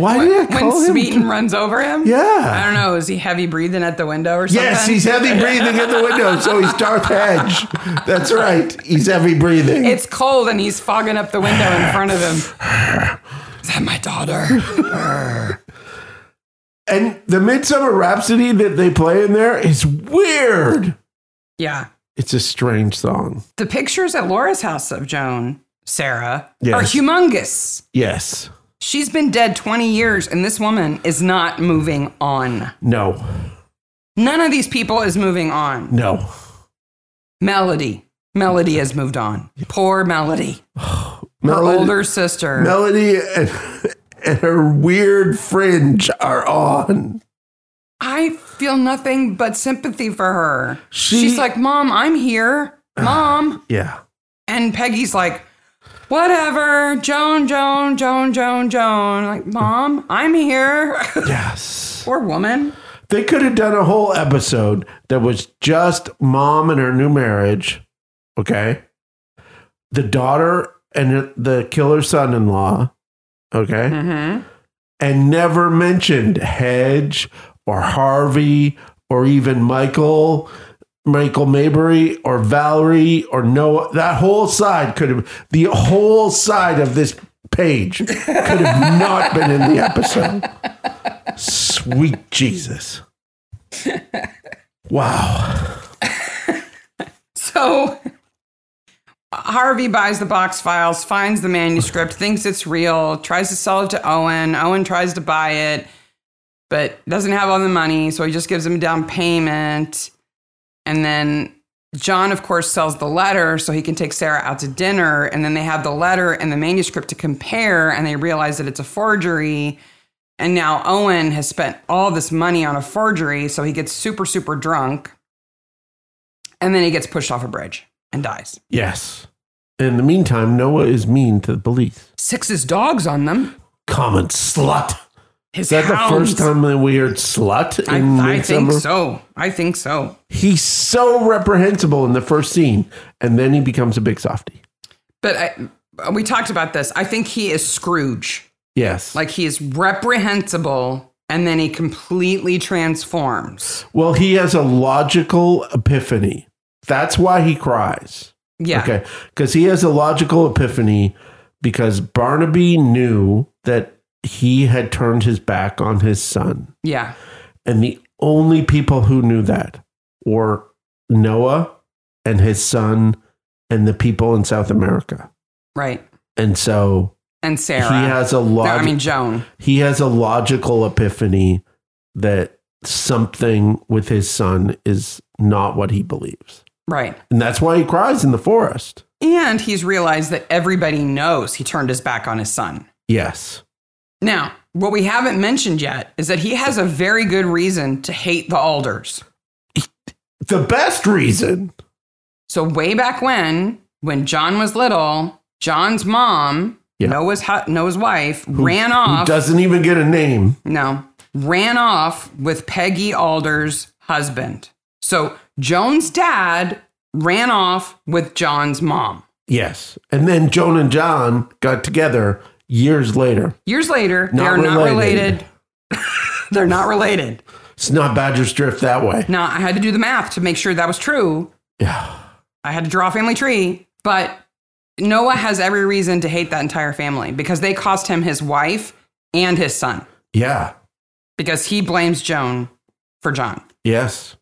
[SPEAKER 1] Why did I
[SPEAKER 2] When
[SPEAKER 1] call him?
[SPEAKER 2] Smeaton runs over him. I
[SPEAKER 1] yeah.
[SPEAKER 2] don't know. Is he heavy breathing at the window or something?
[SPEAKER 1] Yes, he's heavy breathing in the window, so he's Darth Hedge. That's right. He's heavy breathing.
[SPEAKER 2] It's cold and he's fogging up the window in front of him. Is that my daughter?
[SPEAKER 1] and the Midsummer Rhapsody that they play in there is weird.
[SPEAKER 2] Yeah.
[SPEAKER 1] It's a strange song.
[SPEAKER 2] The pictures at Laura's house of Joan, Sarah, are
[SPEAKER 1] Yes.
[SPEAKER 2] humongous.
[SPEAKER 1] Yes.
[SPEAKER 2] She's been dead 20 years and this woman is not moving on.
[SPEAKER 1] No.
[SPEAKER 2] None of these people is moving on.
[SPEAKER 1] No.
[SPEAKER 2] Melody. Melody has moved on. Poor Melody. Her
[SPEAKER 1] Melody-
[SPEAKER 2] older sister.
[SPEAKER 1] Melody and, and her weird fringe are on.
[SPEAKER 2] I feel nothing but sympathy for her.
[SPEAKER 1] She-
[SPEAKER 2] She's like, Mom, I'm here. Mom.
[SPEAKER 1] Yeah.
[SPEAKER 2] And Peggy's like, Whatever. Joan, Joan, Joan, Joan, Joan. Like, Mom, I'm here.
[SPEAKER 1] Yes.
[SPEAKER 2] Poor woman.
[SPEAKER 1] They could have done a whole episode that was just mom and her new marriage. Okay. The daughter and the killer son in law. Okay.
[SPEAKER 2] Mm-hmm.
[SPEAKER 1] And never mentioned Hedge or Harvey or even Michael. Michael Mabry or Valerie or Noah, that whole side could have, the whole side of this page could have not been in the episode. Sweet Jesus. Wow.
[SPEAKER 2] So Harvey buys the box files, finds the manuscript, thinks it's real, tries to sell it to Owen. Owen tries to buy it, but doesn't have all the money, so he just gives him a down payment. And then John, of course, sells the letter so he can take Sarah out to dinner. And then they have the letter and the manuscript to compare, and they realize that it's a forgery. And now Owen has spent all this money on a forgery, so he gets super, super drunk. And then he gets pushed off a bridge and dies.
[SPEAKER 1] Yes. In the meantime, Noah is mean to the police.
[SPEAKER 2] Six's dogs on them.
[SPEAKER 1] Common slut.
[SPEAKER 2] His
[SPEAKER 1] Is that the
[SPEAKER 2] hounds.
[SPEAKER 1] first time that we heard slut
[SPEAKER 2] I,
[SPEAKER 1] in
[SPEAKER 2] I think
[SPEAKER 1] Midsummer?
[SPEAKER 2] so. I think so.
[SPEAKER 1] He's so reprehensible in the first scene, and then he becomes a big softie.
[SPEAKER 2] But I, we talked about this. I think he is Scrooge.
[SPEAKER 1] Yes.
[SPEAKER 2] Like he is reprehensible, and then he completely transforms.
[SPEAKER 1] Well, he has a logical epiphany. That's why he cries.
[SPEAKER 2] Yeah.
[SPEAKER 1] Okay. Because he has a logical epiphany because Barnaby knew that he had turned his back on his son.
[SPEAKER 2] Yeah.
[SPEAKER 1] And the only people who knew that were Noah and his son and the people in South America.
[SPEAKER 2] Right.
[SPEAKER 1] And so
[SPEAKER 2] And Sarah.
[SPEAKER 1] he has a
[SPEAKER 2] No,
[SPEAKER 1] log-
[SPEAKER 2] I mean Joan.
[SPEAKER 1] he has a logical epiphany that something with his son is not what he believes.
[SPEAKER 2] Right.
[SPEAKER 1] And that's why he cries in the forest.
[SPEAKER 2] And he's realized that everybody knows he turned his back on his son.
[SPEAKER 1] Yes.
[SPEAKER 2] Now, what we haven't mentioned yet is that he has a very good reason to hate the Alders.
[SPEAKER 1] The best reason.
[SPEAKER 2] So way back when, when John was little, John's mom,
[SPEAKER 1] Yeah.
[SPEAKER 2] Noah's hu- Noah's wife, ran
[SPEAKER 1] Who
[SPEAKER 2] off.
[SPEAKER 1] doesn't even get a name.
[SPEAKER 2] no, ran off with Peggy Alder's husband. So Joan's dad ran off with John's mom.
[SPEAKER 1] Yes. And then Joan and John got together years later.
[SPEAKER 2] Years later, they
[SPEAKER 1] Not
[SPEAKER 2] are not
[SPEAKER 1] related.
[SPEAKER 2] related. They're not related.
[SPEAKER 1] It's not Badger's Drift that way.
[SPEAKER 2] Now, I had to do the math to make sure that was true.
[SPEAKER 1] Yeah.
[SPEAKER 2] I had to draw a family tree, but Noah has every reason to hate that entire family because they cost him his wife and his son
[SPEAKER 1] Yeah.
[SPEAKER 2] because he blames Joan for John
[SPEAKER 1] Yes.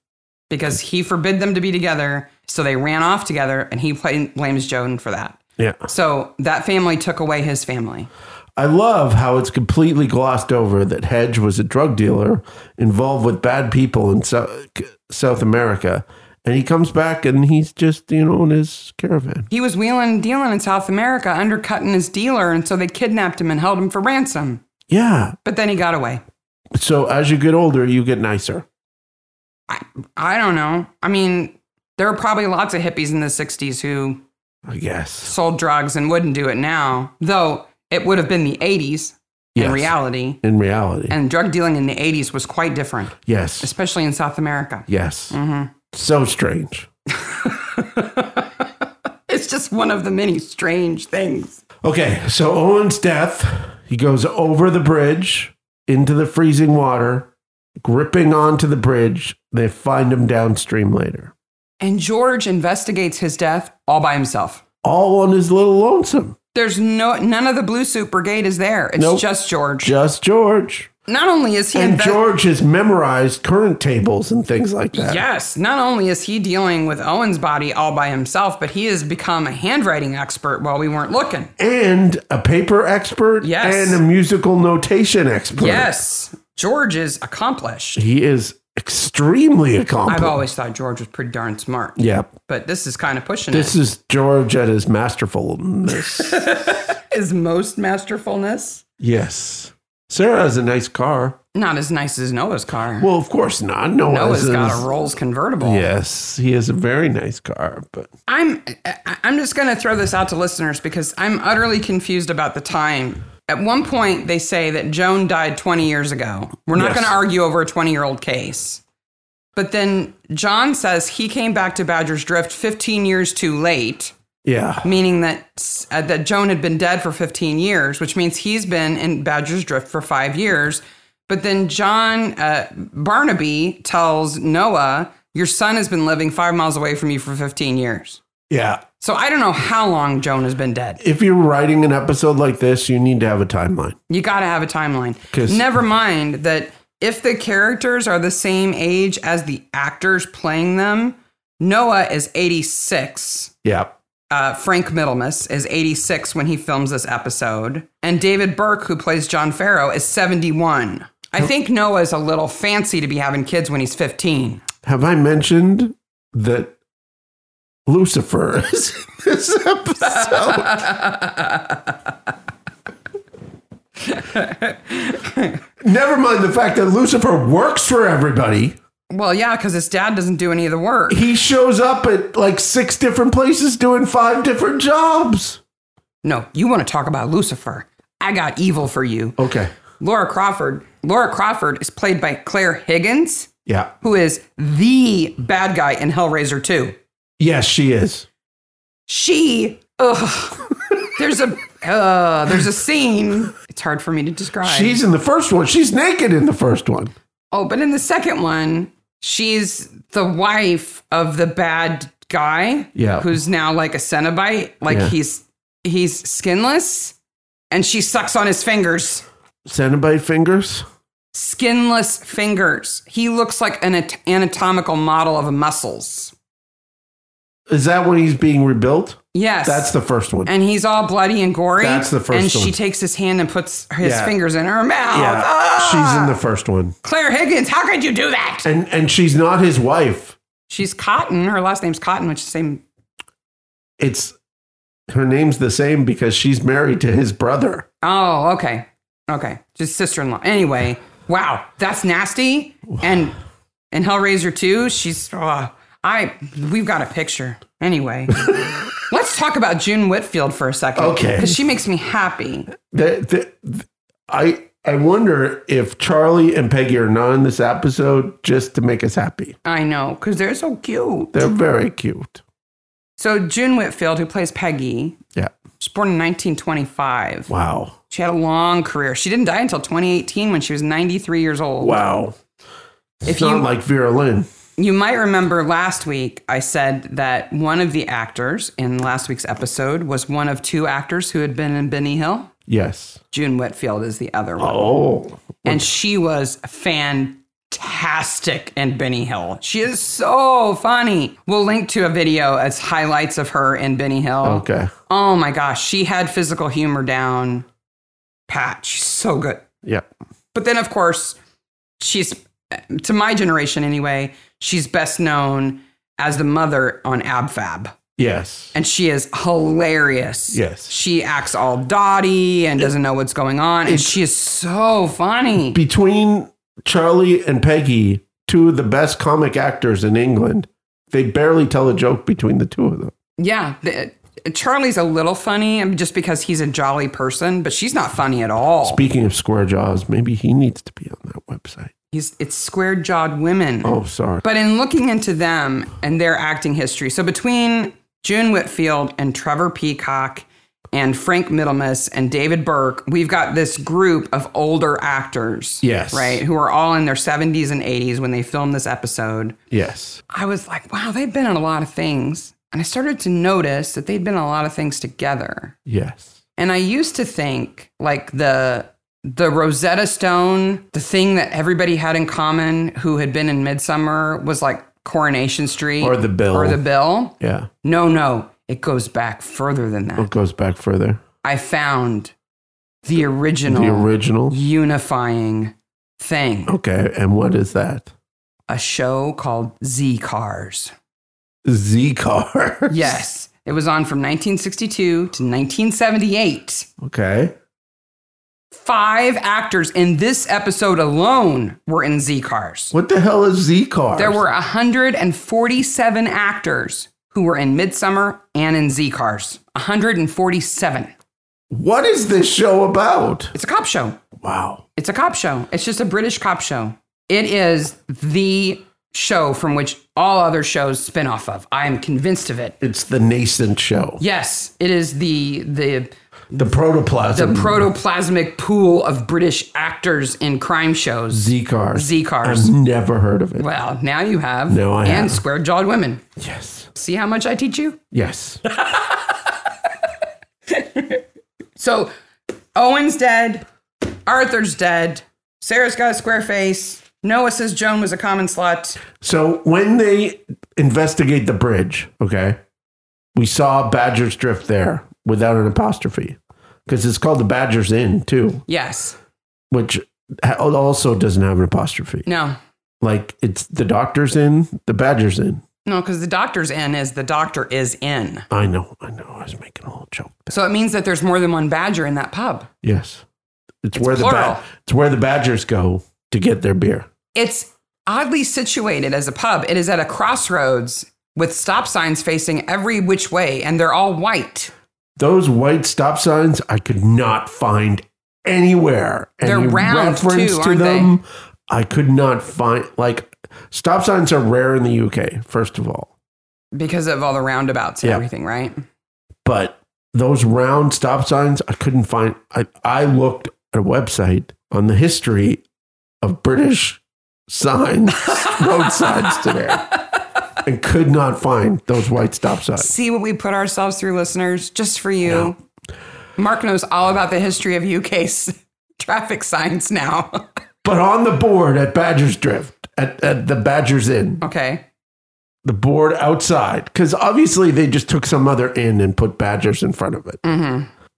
[SPEAKER 2] because he forbid them to be together. So they ran off together and he pla- blames Joan for that.
[SPEAKER 1] Yeah.
[SPEAKER 2] So that family took away his family.
[SPEAKER 1] I love how it's completely glossed over that Hedge was a drug dealer involved with bad people in Sou- South America. And he comes back and he's just, you know, in his caravan.
[SPEAKER 2] He was wheeling and dealing in South America, undercutting his dealer. And so they kidnapped him and held him for ransom.
[SPEAKER 1] Yeah.
[SPEAKER 2] But then he got away.
[SPEAKER 1] So as you get older, you get nicer.
[SPEAKER 2] I, I don't know. I mean, there are probably lots of hippies in the 60s who
[SPEAKER 1] I guess.
[SPEAKER 2] sold drugs and wouldn't do it now, though it would have been the 80s
[SPEAKER 1] Yes.
[SPEAKER 2] in reality.
[SPEAKER 1] In reality.
[SPEAKER 2] And drug dealing in the 80s was quite different,
[SPEAKER 1] yes.
[SPEAKER 2] especially in South America.
[SPEAKER 1] Yes. So strange.
[SPEAKER 2] It's just one of the many strange things.
[SPEAKER 1] Okay, so Owen's death, he goes over the bridge into the freezing water, gripping onto the bridge. They find him downstream later,
[SPEAKER 2] And George investigates his death all by himself.
[SPEAKER 1] all on his little lonesome.
[SPEAKER 2] There's no none of the Blue Suit Brigade is there. It's
[SPEAKER 1] Nope.
[SPEAKER 2] just George.
[SPEAKER 1] Just George.
[SPEAKER 2] Not only is he
[SPEAKER 1] And
[SPEAKER 2] inve-
[SPEAKER 1] George has memorized current tables and things like that.
[SPEAKER 2] Yes, not only is he dealing with Owen's body all by himself, but he has become a handwriting expert while we weren't looking.
[SPEAKER 1] And a paper expert
[SPEAKER 2] Yes.
[SPEAKER 1] and a musical notation expert.
[SPEAKER 2] Yes, George is accomplished.
[SPEAKER 1] He is extremely accomplished.
[SPEAKER 2] I've always thought George was pretty darn smart,
[SPEAKER 1] yeah.
[SPEAKER 2] but this is kind of pushing
[SPEAKER 1] This
[SPEAKER 2] it.
[SPEAKER 1] is George at his masterfulness.
[SPEAKER 2] His most masterfulness
[SPEAKER 1] yes. Sarah has a nice car.
[SPEAKER 2] not as nice as Noah's car.
[SPEAKER 1] Well, of course not. No
[SPEAKER 2] Noah's
[SPEAKER 1] one
[SPEAKER 2] got
[SPEAKER 1] is-
[SPEAKER 2] a Rolls convertible.
[SPEAKER 1] Yes, he has a very nice car, but
[SPEAKER 2] I'm I- I'm just going to throw this out to listeners because I'm utterly confused about the time. At one point, they say that Joan died 20 years ago. We're not
[SPEAKER 1] Yes.
[SPEAKER 2] going to argue over a 20 year old case. But then John says he came back to Badger's Drift 15 years too late,
[SPEAKER 1] yeah,
[SPEAKER 2] meaning that uh, that Joan had been dead for 15 years, which means he's been in Badger's Drift for five years. But then John uh, Barnaby tells Noah, "Your son has been living five miles away from you for 15 years."
[SPEAKER 1] yeah.
[SPEAKER 2] So I don't know how long Joan has been dead.
[SPEAKER 1] If you're writing an episode like this, you need to have a timeline.
[SPEAKER 2] You got to have a timeline.
[SPEAKER 1] 'Cause-
[SPEAKER 2] Never mind that if the characters are the same age as the actors playing them, Noah is 86.
[SPEAKER 1] Yeah,
[SPEAKER 2] Uh, Frank Middlemas is 86 when he films this episode. And David Burke, who plays John Farrow, is 71. I think Noah is a little fancy to be having kids when he's 15.
[SPEAKER 1] have I mentioned that Lucifer is in this episode? Never mind the fact that Lucifer works for everybody.
[SPEAKER 2] Well, yeah, because his dad doesn't do any of the work.
[SPEAKER 1] He shows up at like six different places doing five different jobs.
[SPEAKER 2] No, you want to talk about Lucifer. I got evil for you.
[SPEAKER 1] Okay.
[SPEAKER 2] Laura Crawford. Laura Crawford is played by Claire Higgins,
[SPEAKER 1] Yeah.
[SPEAKER 2] who is the bad guy in Hellraiser 2.
[SPEAKER 1] Yes, she is.
[SPEAKER 2] She, ugh, there's a, uh, there's a scene. It's hard for me to describe.
[SPEAKER 1] She's in the first one. She's naked in the first one.
[SPEAKER 2] oh, but in the second one, she's the wife of the bad guy.
[SPEAKER 1] Yeah.
[SPEAKER 2] Who's now like a Cenobite. Like
[SPEAKER 1] Yeah.
[SPEAKER 2] he's, he's skinless and she sucks on his fingers.
[SPEAKER 1] Cenobite fingers?
[SPEAKER 2] skinless fingers. He looks like an at- anatomical model of muscles.
[SPEAKER 1] Is that when he's being rebuilt?
[SPEAKER 2] Yes.
[SPEAKER 1] That's the first one.
[SPEAKER 2] and he's all bloody and gory.
[SPEAKER 1] That's the first
[SPEAKER 2] And she
[SPEAKER 1] one.
[SPEAKER 2] takes his hand and puts his
[SPEAKER 1] Yeah.
[SPEAKER 2] fingers in her mouth.
[SPEAKER 1] yeah,
[SPEAKER 2] Ah!
[SPEAKER 1] she's in the first one,
[SPEAKER 2] Claire Higgins, how could you do that?
[SPEAKER 1] and and she's not his wife.
[SPEAKER 2] She's Cotton. Her last name's Cotton, which is the same.
[SPEAKER 1] It's her name's the same because she's married to his brother.
[SPEAKER 2] Oh, okay. Okay. Just sister in law. Anyway, wow. That's nasty. And and Hellraiser 2, she's. ah, I We've got a picture. Anyway, let's talk about June Whitfield for a second.
[SPEAKER 1] Okay.
[SPEAKER 2] Because she makes me happy.
[SPEAKER 1] That, that- th- I I wonder if Charlie and Peggy are not in this episode just to make us happy.
[SPEAKER 2] I know, because they're so cute.
[SPEAKER 1] They're very cute.
[SPEAKER 2] So, June Whitfield, who plays Peggy,
[SPEAKER 1] Yeah.
[SPEAKER 2] She's born in 1925.
[SPEAKER 1] Wow.
[SPEAKER 2] She had a long career. She didn't die until 2018 when she was 93 years old.
[SPEAKER 1] Wow. It's
[SPEAKER 2] If
[SPEAKER 1] not
[SPEAKER 2] you-
[SPEAKER 1] like Vera Lynn.
[SPEAKER 2] You might remember last week I said that one of the actors in last week's episode was one of two actors who had been in Benny Hill.
[SPEAKER 1] Yes.
[SPEAKER 2] June Whitfield is the other one.
[SPEAKER 1] Oh.
[SPEAKER 2] And she was fantastic in Benny Hill. She is so funny. We'll link to a video as highlights of her in Benny Hill.
[SPEAKER 1] Okay.
[SPEAKER 2] Oh my gosh, she had physical humor down pat. She's so good.
[SPEAKER 1] Yeah.
[SPEAKER 2] But then, of course, she's to my generation anyway. She's best known as the mother on AbFab,
[SPEAKER 1] Yes.
[SPEAKER 2] and she is hilarious.
[SPEAKER 1] Yes.
[SPEAKER 2] she acts all dotty and doesn't know what's going on, and she is so funny.
[SPEAKER 1] Between Charlie and Peggy, two of the best comic actors in England, they barely tell a joke between the two of them.
[SPEAKER 2] yeah, the- Charlie's a little funny um, just because he's a jolly person, but she's not funny at all.
[SPEAKER 1] Speaking of square jaws, maybe he needs to be on that website.
[SPEAKER 2] He's it's square jawed women.
[SPEAKER 1] Oh, sorry.
[SPEAKER 2] But in looking into them and their acting history, so between June Whitfield and Trevor Peacock and Frank Middlemas and David Burke, we've got this group of older actors.
[SPEAKER 1] Yes.
[SPEAKER 2] Right, who are all in their 70s and 80s when they filmed this episode.
[SPEAKER 1] Yes.
[SPEAKER 2] I was like, wow, they've been in a lot of things. And I started to notice that they'd been in a lot of things together.
[SPEAKER 1] Yes.
[SPEAKER 2] And I used to think like the the Rosetta Stone, the thing that everybody had in common who had been in Midsummer was like Coronation Street
[SPEAKER 1] Or the bill.
[SPEAKER 2] Or the bill.
[SPEAKER 1] Yeah.
[SPEAKER 2] No, no, it goes back further than that.
[SPEAKER 1] It goes back further.
[SPEAKER 2] I found the original,
[SPEAKER 1] Oh. The original.
[SPEAKER 2] unifying thing,
[SPEAKER 1] Okay. And what is that?
[SPEAKER 2] a show called Z Cars.
[SPEAKER 1] Z car.
[SPEAKER 2] Yes, it was on from 1962 to 1978.
[SPEAKER 1] Okay.
[SPEAKER 2] Five actors in this episode alone were in Z Cars.
[SPEAKER 1] What the hell is Z car?
[SPEAKER 2] There were 147 actors who were in Midsummer and in Z Cars. 147.
[SPEAKER 1] What is this show about?
[SPEAKER 2] It's a cop show.
[SPEAKER 1] Wow.
[SPEAKER 2] It's a cop show. It's just a British cop show. It is the show from which all other shows spin off of. I am convinced of it.
[SPEAKER 1] It's the nascent show.
[SPEAKER 2] Yes, it is the the
[SPEAKER 1] The protoplasm.
[SPEAKER 2] the protoplasmic pool of British actors in crime shows.
[SPEAKER 1] Z cars.
[SPEAKER 2] Z cars.
[SPEAKER 1] I've never heard of it.
[SPEAKER 2] Well, now you have.
[SPEAKER 1] No, I
[SPEAKER 2] and
[SPEAKER 1] haven't.
[SPEAKER 2] square jawed women.
[SPEAKER 1] Yes.
[SPEAKER 2] See how much I teach you?
[SPEAKER 1] Yes.
[SPEAKER 2] So Owen's dead. Arthur's dead. Sarah's got a square face. Noah says Joan was a common slut.
[SPEAKER 1] so when they investigate the bridge, okay, we saw Badger's Drift there without an apostrophe because it's called the Badger's Inn too,
[SPEAKER 2] Yes.
[SPEAKER 1] which ha- also doesn't have an apostrophe.
[SPEAKER 2] No.
[SPEAKER 1] Like it's the Doctor's Inn, the Badger's Inn.
[SPEAKER 2] No, because the doctor's in is the doctor is in.
[SPEAKER 1] I know. I know. I was making a little joke.
[SPEAKER 2] So it means that there's more than one badger in that pub.
[SPEAKER 1] Yes. It's, where the
[SPEAKER 2] plural.
[SPEAKER 1] ba- it's where the Badgers go to get their beer.
[SPEAKER 2] It's oddly situated as a pub. It is at a crossroads with stop signs facing every which way, and they're all white.
[SPEAKER 1] Those white stop signs I could not find anywhere.
[SPEAKER 2] They're round, too, aren't
[SPEAKER 1] I could not find like stop signs are rare in the UK, first of all.
[SPEAKER 2] Because of all the roundabouts and
[SPEAKER 1] Yeah.
[SPEAKER 2] everything, right?
[SPEAKER 1] But those round stop signs I couldn't find I, I looked at a website on the history of British signs road signs today and could not find those white stop signs.
[SPEAKER 2] See what we put ourselves through, listeners, just for you. Mark knows all about the history of UK's traffic signs now.
[SPEAKER 1] But on the board at Badger's Drift, at, at the Badger's Inn,
[SPEAKER 2] okay.
[SPEAKER 1] the board outside because obviously they just took some other inn and put Badgers in front of it.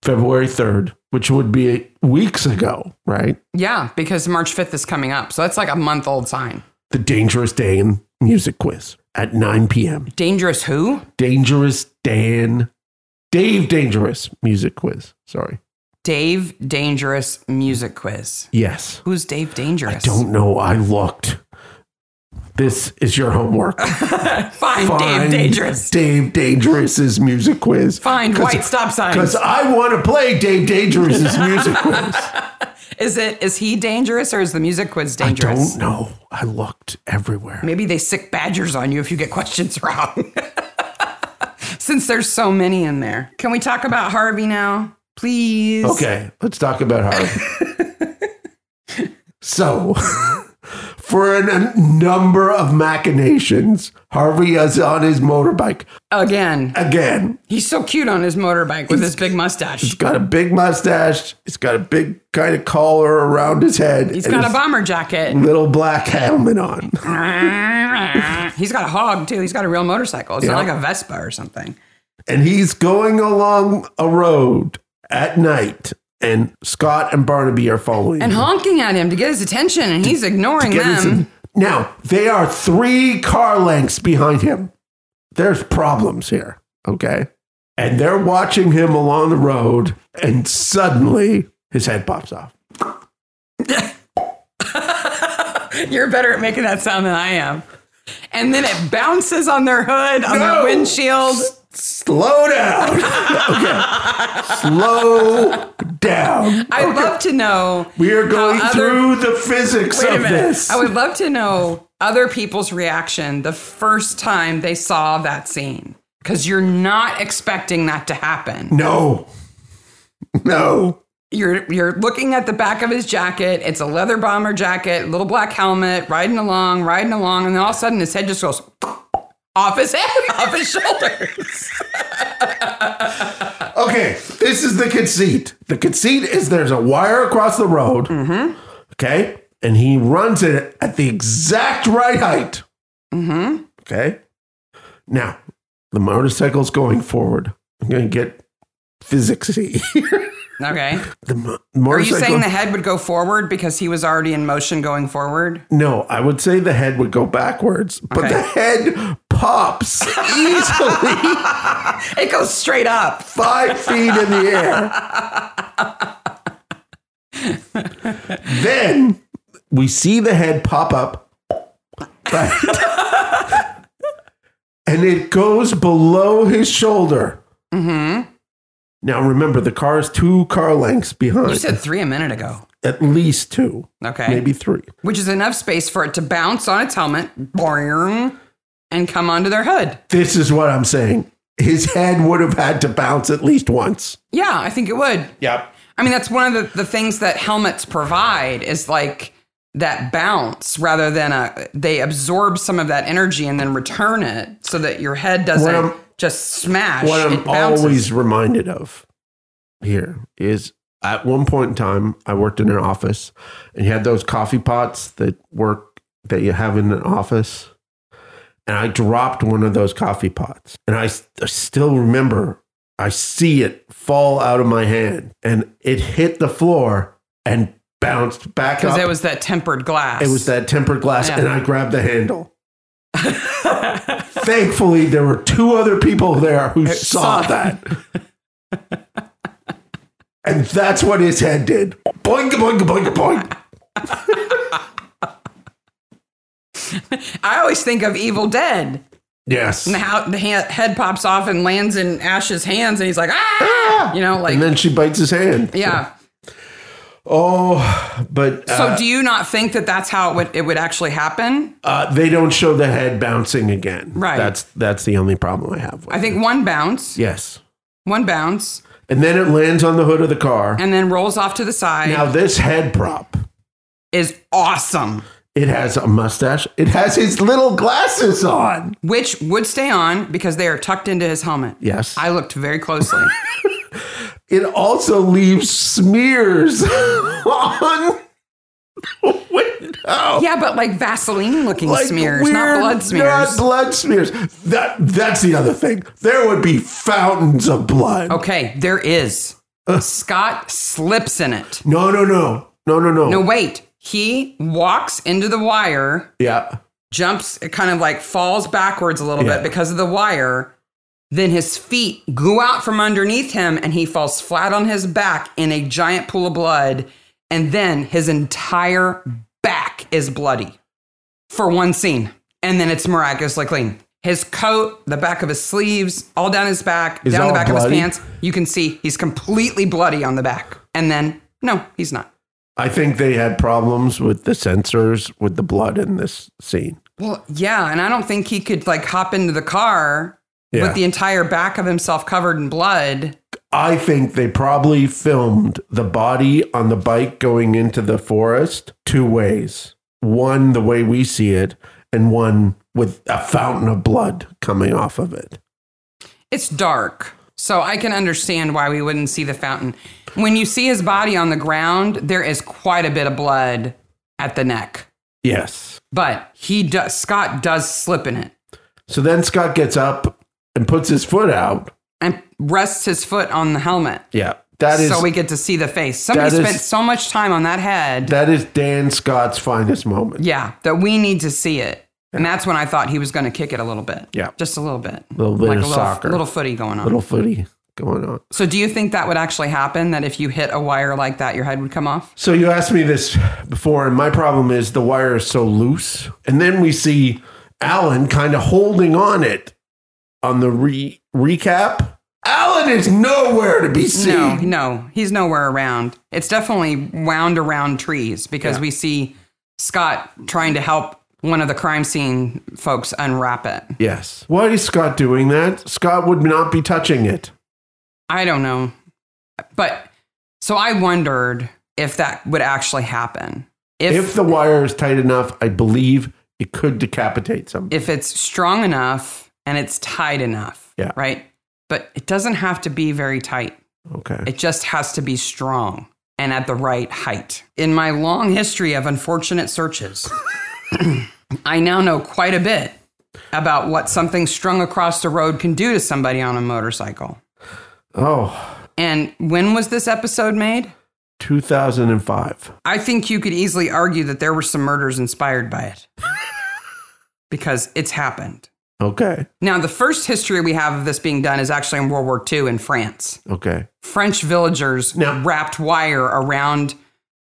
[SPEAKER 1] February 3rd, which would be weeks ago, right?
[SPEAKER 2] Yeah, because March 5th is coming up. So that's like a month old sign.
[SPEAKER 1] The Dangerous Dan music quiz at 9 p.m.
[SPEAKER 2] Dangerous who?
[SPEAKER 1] Dangerous Dan, Dave Dangerous music quiz. Sorry.
[SPEAKER 2] Dave Dangerous music quiz.
[SPEAKER 1] Yes.
[SPEAKER 2] Who's Dave Dangerous?
[SPEAKER 1] Don't know. I looked. This is your homework.
[SPEAKER 2] Find, Dave Dangerous.
[SPEAKER 1] Dave Dangerous's music quiz.
[SPEAKER 2] Find white stop signs.
[SPEAKER 1] Because I want to play Dave Dangerous's music quiz.
[SPEAKER 2] Is it is he dangerous or is the music quiz
[SPEAKER 1] I
[SPEAKER 2] dangerous?
[SPEAKER 1] don't know. I looked everywhere.
[SPEAKER 2] Maybe they sick badgers on you if you get questions wrong. Since there's so many in there. Can we talk about Harvey now? Please.
[SPEAKER 1] Okay, let's talk about Harvey. so, for an- a number of machinations, Harvey is on his motorbike
[SPEAKER 2] Again.
[SPEAKER 1] again.
[SPEAKER 2] He's so cute on his motorbike with his big mustache.
[SPEAKER 1] He's got a big mustache. He's got a big kind of collar around his head.
[SPEAKER 2] He's got a bomber jacket.
[SPEAKER 1] little black helmet on.
[SPEAKER 2] He's got a hog too. He's got a real motorcycle. It's not
[SPEAKER 1] Yeah.
[SPEAKER 2] like a Vespa or something.
[SPEAKER 1] and he's going along a road at night. And Scott and Barnaby are following
[SPEAKER 2] And
[SPEAKER 1] him.
[SPEAKER 2] honking at him to get his attention, and he's ignoring
[SPEAKER 1] Get
[SPEAKER 2] them.
[SPEAKER 1] his- now, they are three car lengths behind him. There's problems here, okay? And they're watching him along the road, and suddenly his head pops off.
[SPEAKER 2] You're better at making that sound than I am. And then it bounces on their hood, on
[SPEAKER 1] No.
[SPEAKER 2] their windshield.
[SPEAKER 1] Slow down. okay. Slow down.
[SPEAKER 2] I'd love to know.
[SPEAKER 1] We are going
[SPEAKER 2] other-
[SPEAKER 1] through the physics
[SPEAKER 2] Wait a
[SPEAKER 1] of
[SPEAKER 2] minute.
[SPEAKER 1] this.
[SPEAKER 2] I would love to know other people's reaction the first time they saw that scene. Because you're not expecting that to happen.
[SPEAKER 1] no. No.
[SPEAKER 2] you're you're looking at the back of his jacket. It's a leather bomber jacket, little black helmet, riding along, riding along, and then all of a sudden his head just goes off his head, off his shoulders.
[SPEAKER 1] Okay, this is the conceit. The conceit is there's a wire across the road. Mm-hmm. Okay, and he runs it at the exact right height.
[SPEAKER 2] Mm-hmm.
[SPEAKER 1] Okay, now the motorcycle's going forward. I'm gonna get physicsy.
[SPEAKER 2] Okay.
[SPEAKER 1] the mo-
[SPEAKER 2] Are you
[SPEAKER 1] motorcycle.
[SPEAKER 2] saying the head would go forward because he was already in motion going forward?
[SPEAKER 1] no, I would say the head would go backwards, but
[SPEAKER 2] Okay.
[SPEAKER 1] the head pops easily
[SPEAKER 2] It goes straight up.
[SPEAKER 1] five feet in the air. then we see the head pop up. Right. and it goes below his shoulder.
[SPEAKER 2] Mm-hmm.
[SPEAKER 1] Now remember, the car is two car lengths behind.
[SPEAKER 2] You said three a minute ago.
[SPEAKER 1] At least two,
[SPEAKER 2] Okay.
[SPEAKER 1] maybe three.
[SPEAKER 2] Which is enough space for it to bounce on its helmet, boing, and come onto their hood.
[SPEAKER 1] This is what I'm saying. His head would have had to bounce at least once.
[SPEAKER 2] Yeah, I think it would.
[SPEAKER 1] Yep.
[SPEAKER 2] I mean, that's one of the, the things that helmets provide is like that bounce rather than a, they absorb some of that energy and then return it so that your head
[SPEAKER 1] What
[SPEAKER 2] doesn't
[SPEAKER 1] I'm-
[SPEAKER 2] just smash.
[SPEAKER 1] What
[SPEAKER 2] it
[SPEAKER 1] I'm
[SPEAKER 2] bounces.
[SPEAKER 1] always reminded of here is at one point in time, I worked in an office and you had those coffee pots that work that you have in an office. And I dropped one of those coffee pots. And I, s- I still remember I see it fall out of my hand and it hit the floor and bounced back
[SPEAKER 2] because
[SPEAKER 1] up.
[SPEAKER 2] it was that tempered glass.
[SPEAKER 1] it was that tempered glass
[SPEAKER 2] Yeah.
[SPEAKER 1] and I grabbed the handle. Thankfully, there were two other people there who saw
[SPEAKER 2] saw it.
[SPEAKER 1] that. and that's what his head did. Boing, boing, boing, boing.
[SPEAKER 2] I always think of Evil Dead
[SPEAKER 1] Yes.
[SPEAKER 2] and how the ha- head pops off and lands in Ash's hands, and he's like, ah, you know, like
[SPEAKER 1] And then she bites his hand.
[SPEAKER 2] yeah.
[SPEAKER 1] Oh, but
[SPEAKER 2] So
[SPEAKER 1] uh,
[SPEAKER 2] do you not think that that's how it would it would actually happen?
[SPEAKER 1] uh, they don't show the head bouncing again.
[SPEAKER 2] Right.
[SPEAKER 1] That's that's the only problem I have with.
[SPEAKER 2] I
[SPEAKER 1] it.
[SPEAKER 2] think one bounce,
[SPEAKER 1] yes.
[SPEAKER 2] one bounce,
[SPEAKER 1] And then it lands on the hood of the car.
[SPEAKER 2] and then rolls off to the side.
[SPEAKER 1] now this head prop,
[SPEAKER 2] is awesome,
[SPEAKER 1] it has a mustache. It has his little glasses on.
[SPEAKER 2] which would stay on because they are tucked into his helmet.
[SPEAKER 1] Yes.
[SPEAKER 2] I looked very closely.
[SPEAKER 1] it also leaves smears on Wait, no.
[SPEAKER 2] Yeah, but like Vaseline looking
[SPEAKER 1] Like
[SPEAKER 2] smears,
[SPEAKER 1] weird-
[SPEAKER 2] not blood
[SPEAKER 1] Not
[SPEAKER 2] smears.
[SPEAKER 1] blood smears. That that's the other thing. There would be fountains of blood.
[SPEAKER 2] okay, there is. Scott slips in it.
[SPEAKER 1] No, no, no. No, no, no.
[SPEAKER 2] No, wait. He walks into the wire,
[SPEAKER 1] Yeah.
[SPEAKER 2] jumps, it kind of like falls backwards a little
[SPEAKER 1] Yeah.
[SPEAKER 2] bit because of the wire. Then his feet go out from underneath him and he falls flat on his back in a giant pool of blood. And then his entire back is bloody for one scene. And then it's miraculously clean. His coat, the back of his sleeves, all down his back,
[SPEAKER 1] Is
[SPEAKER 2] down
[SPEAKER 1] all
[SPEAKER 2] the back of
[SPEAKER 1] bloody?
[SPEAKER 2] his pants. You can see he's completely bloody on the back. And then, no, he's not.
[SPEAKER 1] I think they had problems with the sensors with the blood in this scene.
[SPEAKER 2] Well, yeah, and I don't think he could like hop into the car
[SPEAKER 1] Yeah.
[SPEAKER 2] with the entire back of himself covered in blood.
[SPEAKER 1] I think they probably filmed the body on the bike going into the forest two ways. One, the way we see it, and one with a fountain of blood coming off of it.
[SPEAKER 2] It's dark. So I can understand why we wouldn't see the fountain. When you see his body on the ground, there is quite a bit of blood at the neck.
[SPEAKER 1] Yes.
[SPEAKER 2] But he does Scott does slip in it
[SPEAKER 1] So then Scott gets up and puts his foot out.
[SPEAKER 2] and rests his foot on the helmet.
[SPEAKER 1] Yeah. That is
[SPEAKER 2] so we get to see the face. Somebody
[SPEAKER 1] that is-
[SPEAKER 2] spent so much time on that head.
[SPEAKER 1] that is Dan Scott's finest moment.
[SPEAKER 2] yeah, that we need to see it. And that's when I thought he was going to kick it a little bit.
[SPEAKER 1] Yeah.
[SPEAKER 2] Just a little bit.
[SPEAKER 1] Little bit
[SPEAKER 2] like
[SPEAKER 1] of
[SPEAKER 2] a little,
[SPEAKER 1] soccer.
[SPEAKER 2] little footy going on.
[SPEAKER 1] Little footy going on.
[SPEAKER 2] so, do you think that would actually happen? That if you hit a wire like that, your head would come off?
[SPEAKER 1] So you asked me this before, and my problem is the wire is so loose. And then we see Alan kind of holding on it on the re- recap. Alan is nowhere to be seen.
[SPEAKER 2] No, no, he's nowhere around. It's definitely wound around trees because we see Scott trying to help one of the crime scene folks unwrap it.
[SPEAKER 1] Yes. Why is Scott doing that? Scott would not be touching it.
[SPEAKER 2] I don't know, but so I wondered if that would actually happen.
[SPEAKER 1] If the wire is tight enough, I believe it could decapitate somebody.
[SPEAKER 2] if it's strong enough and it's tight enough.
[SPEAKER 1] Yeah.
[SPEAKER 2] Right. But it doesn't have to be very tight.
[SPEAKER 1] Okay.
[SPEAKER 2] It just has to be strong and at the right height. In my long history of unfortunate searches, I now know quite a bit about what something strung across the road can do to somebody on a motorcycle.
[SPEAKER 1] Oh,
[SPEAKER 2] And when was this episode made?
[SPEAKER 1] 2005.
[SPEAKER 2] I think you could easily argue that there were some murders inspired by it because it's happened.
[SPEAKER 1] Okay.
[SPEAKER 2] Now, the first history we have of this being done is actually in World War II in France.
[SPEAKER 1] Okay.
[SPEAKER 2] French villagers
[SPEAKER 1] Now-
[SPEAKER 2] wrapped wire around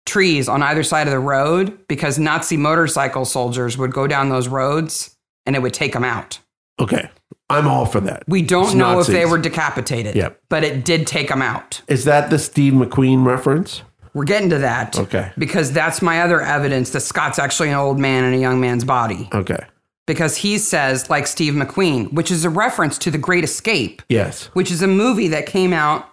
[SPEAKER 2] trees on either side of the road because Nazi motorcycle soldiers would go down those roads and it would take them out.
[SPEAKER 1] Okay. I'm all for that.
[SPEAKER 2] We don't
[SPEAKER 1] It's
[SPEAKER 2] know if they
[SPEAKER 1] Nazis.
[SPEAKER 2] were decapitated,
[SPEAKER 1] Yep.
[SPEAKER 2] but it did take them out.
[SPEAKER 1] Is that the Steve McQueen reference?
[SPEAKER 2] We're getting to that
[SPEAKER 1] Okay.
[SPEAKER 2] because that's my other evidence that Scott's actually an old man in a young man's body
[SPEAKER 1] Okay.
[SPEAKER 2] because he says, like Steve McQueen, which is a reference to The Great Escape,
[SPEAKER 1] Yes.
[SPEAKER 2] which is a movie that came out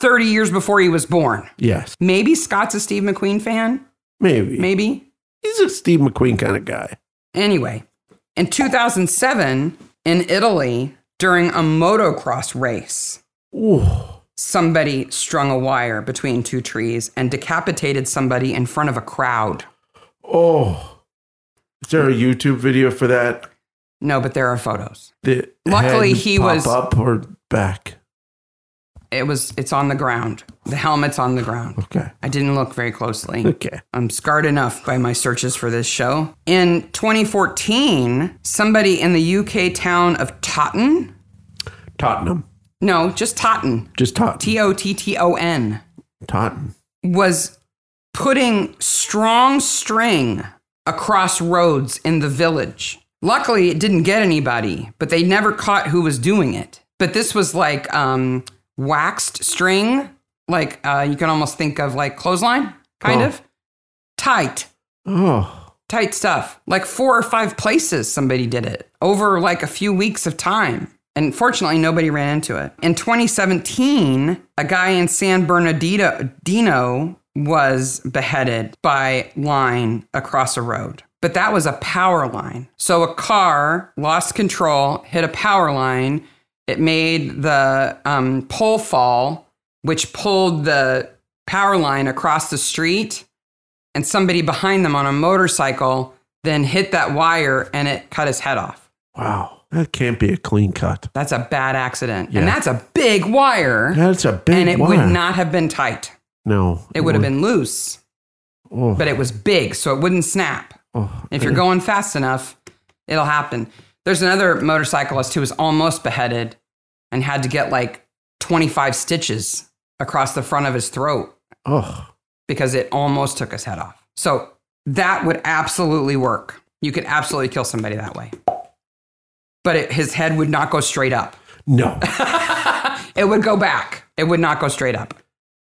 [SPEAKER 2] 30 years before he was born.
[SPEAKER 1] Yes.
[SPEAKER 2] Maybe Scott's a Steve McQueen fan.
[SPEAKER 1] Maybe.
[SPEAKER 2] Maybe.
[SPEAKER 1] He's a Steve McQueen kind of guy.
[SPEAKER 2] Anyway, in 2007, in Italy, during a motocross race,
[SPEAKER 1] Ooh.
[SPEAKER 2] somebody strung a wire between two trees and decapitated somebody in front of a crowd.
[SPEAKER 1] Oh. Is there a YouTube video for that?
[SPEAKER 2] No, but there are photos.
[SPEAKER 1] The
[SPEAKER 2] Luckily,
[SPEAKER 1] head
[SPEAKER 2] he
[SPEAKER 1] pop
[SPEAKER 2] was-
[SPEAKER 1] up or back.
[SPEAKER 2] It was it's on the ground. The helmet's on the ground.
[SPEAKER 1] Okay.
[SPEAKER 2] I didn't look very closely.
[SPEAKER 1] Okay.
[SPEAKER 2] I'm scarred enough by my searches for this show. In 2014, somebody in the UK town of Totten,
[SPEAKER 1] Tottenham.
[SPEAKER 2] no, just Totten,
[SPEAKER 1] Just Tottenham.
[SPEAKER 2] T O T T O N,
[SPEAKER 1] Tottenham.
[SPEAKER 2] was putting strong string across roads in the village. Luckily, it didn't get anybody, but they never caught who was doing it. But this was like um, waxed string, like uh, you can almost think of like clothesline, kind
[SPEAKER 1] Oh.
[SPEAKER 2] of tight,
[SPEAKER 1] Oh.
[SPEAKER 2] tight stuff. Like four or five places somebody did it over like a few weeks of time. And fortunately, nobody ran into it. In 2017, a guy in San Bernardino Dino was beheaded by line across a road. But that was a power line. So a car lost control, hit a power line. It made the um, pole fall, which pulled the power line across the street and somebody behind them on a motorcycle then hit that wire and it cut his head off.
[SPEAKER 1] Wow. That can't be a clean cut.
[SPEAKER 2] That's a bad accident.
[SPEAKER 1] Yeah.
[SPEAKER 2] And that's a big wire.
[SPEAKER 1] That's a big
[SPEAKER 2] and it
[SPEAKER 1] wire.
[SPEAKER 2] would not have been tight.
[SPEAKER 1] No.
[SPEAKER 2] It would have been loose,
[SPEAKER 1] Oh,
[SPEAKER 2] but it was big, so it wouldn't snap.
[SPEAKER 1] oh.
[SPEAKER 2] If you're going fast enough, it'll happen. There's another motorcyclist who was almost beheaded and had to get like 25 stitches across the front of his throat
[SPEAKER 1] Oh.
[SPEAKER 2] because it almost took his head off. So that would absolutely work. You could absolutely kill somebody that way. But it, his head would not go straight up.
[SPEAKER 1] No.
[SPEAKER 2] It would go back. It would not go straight up.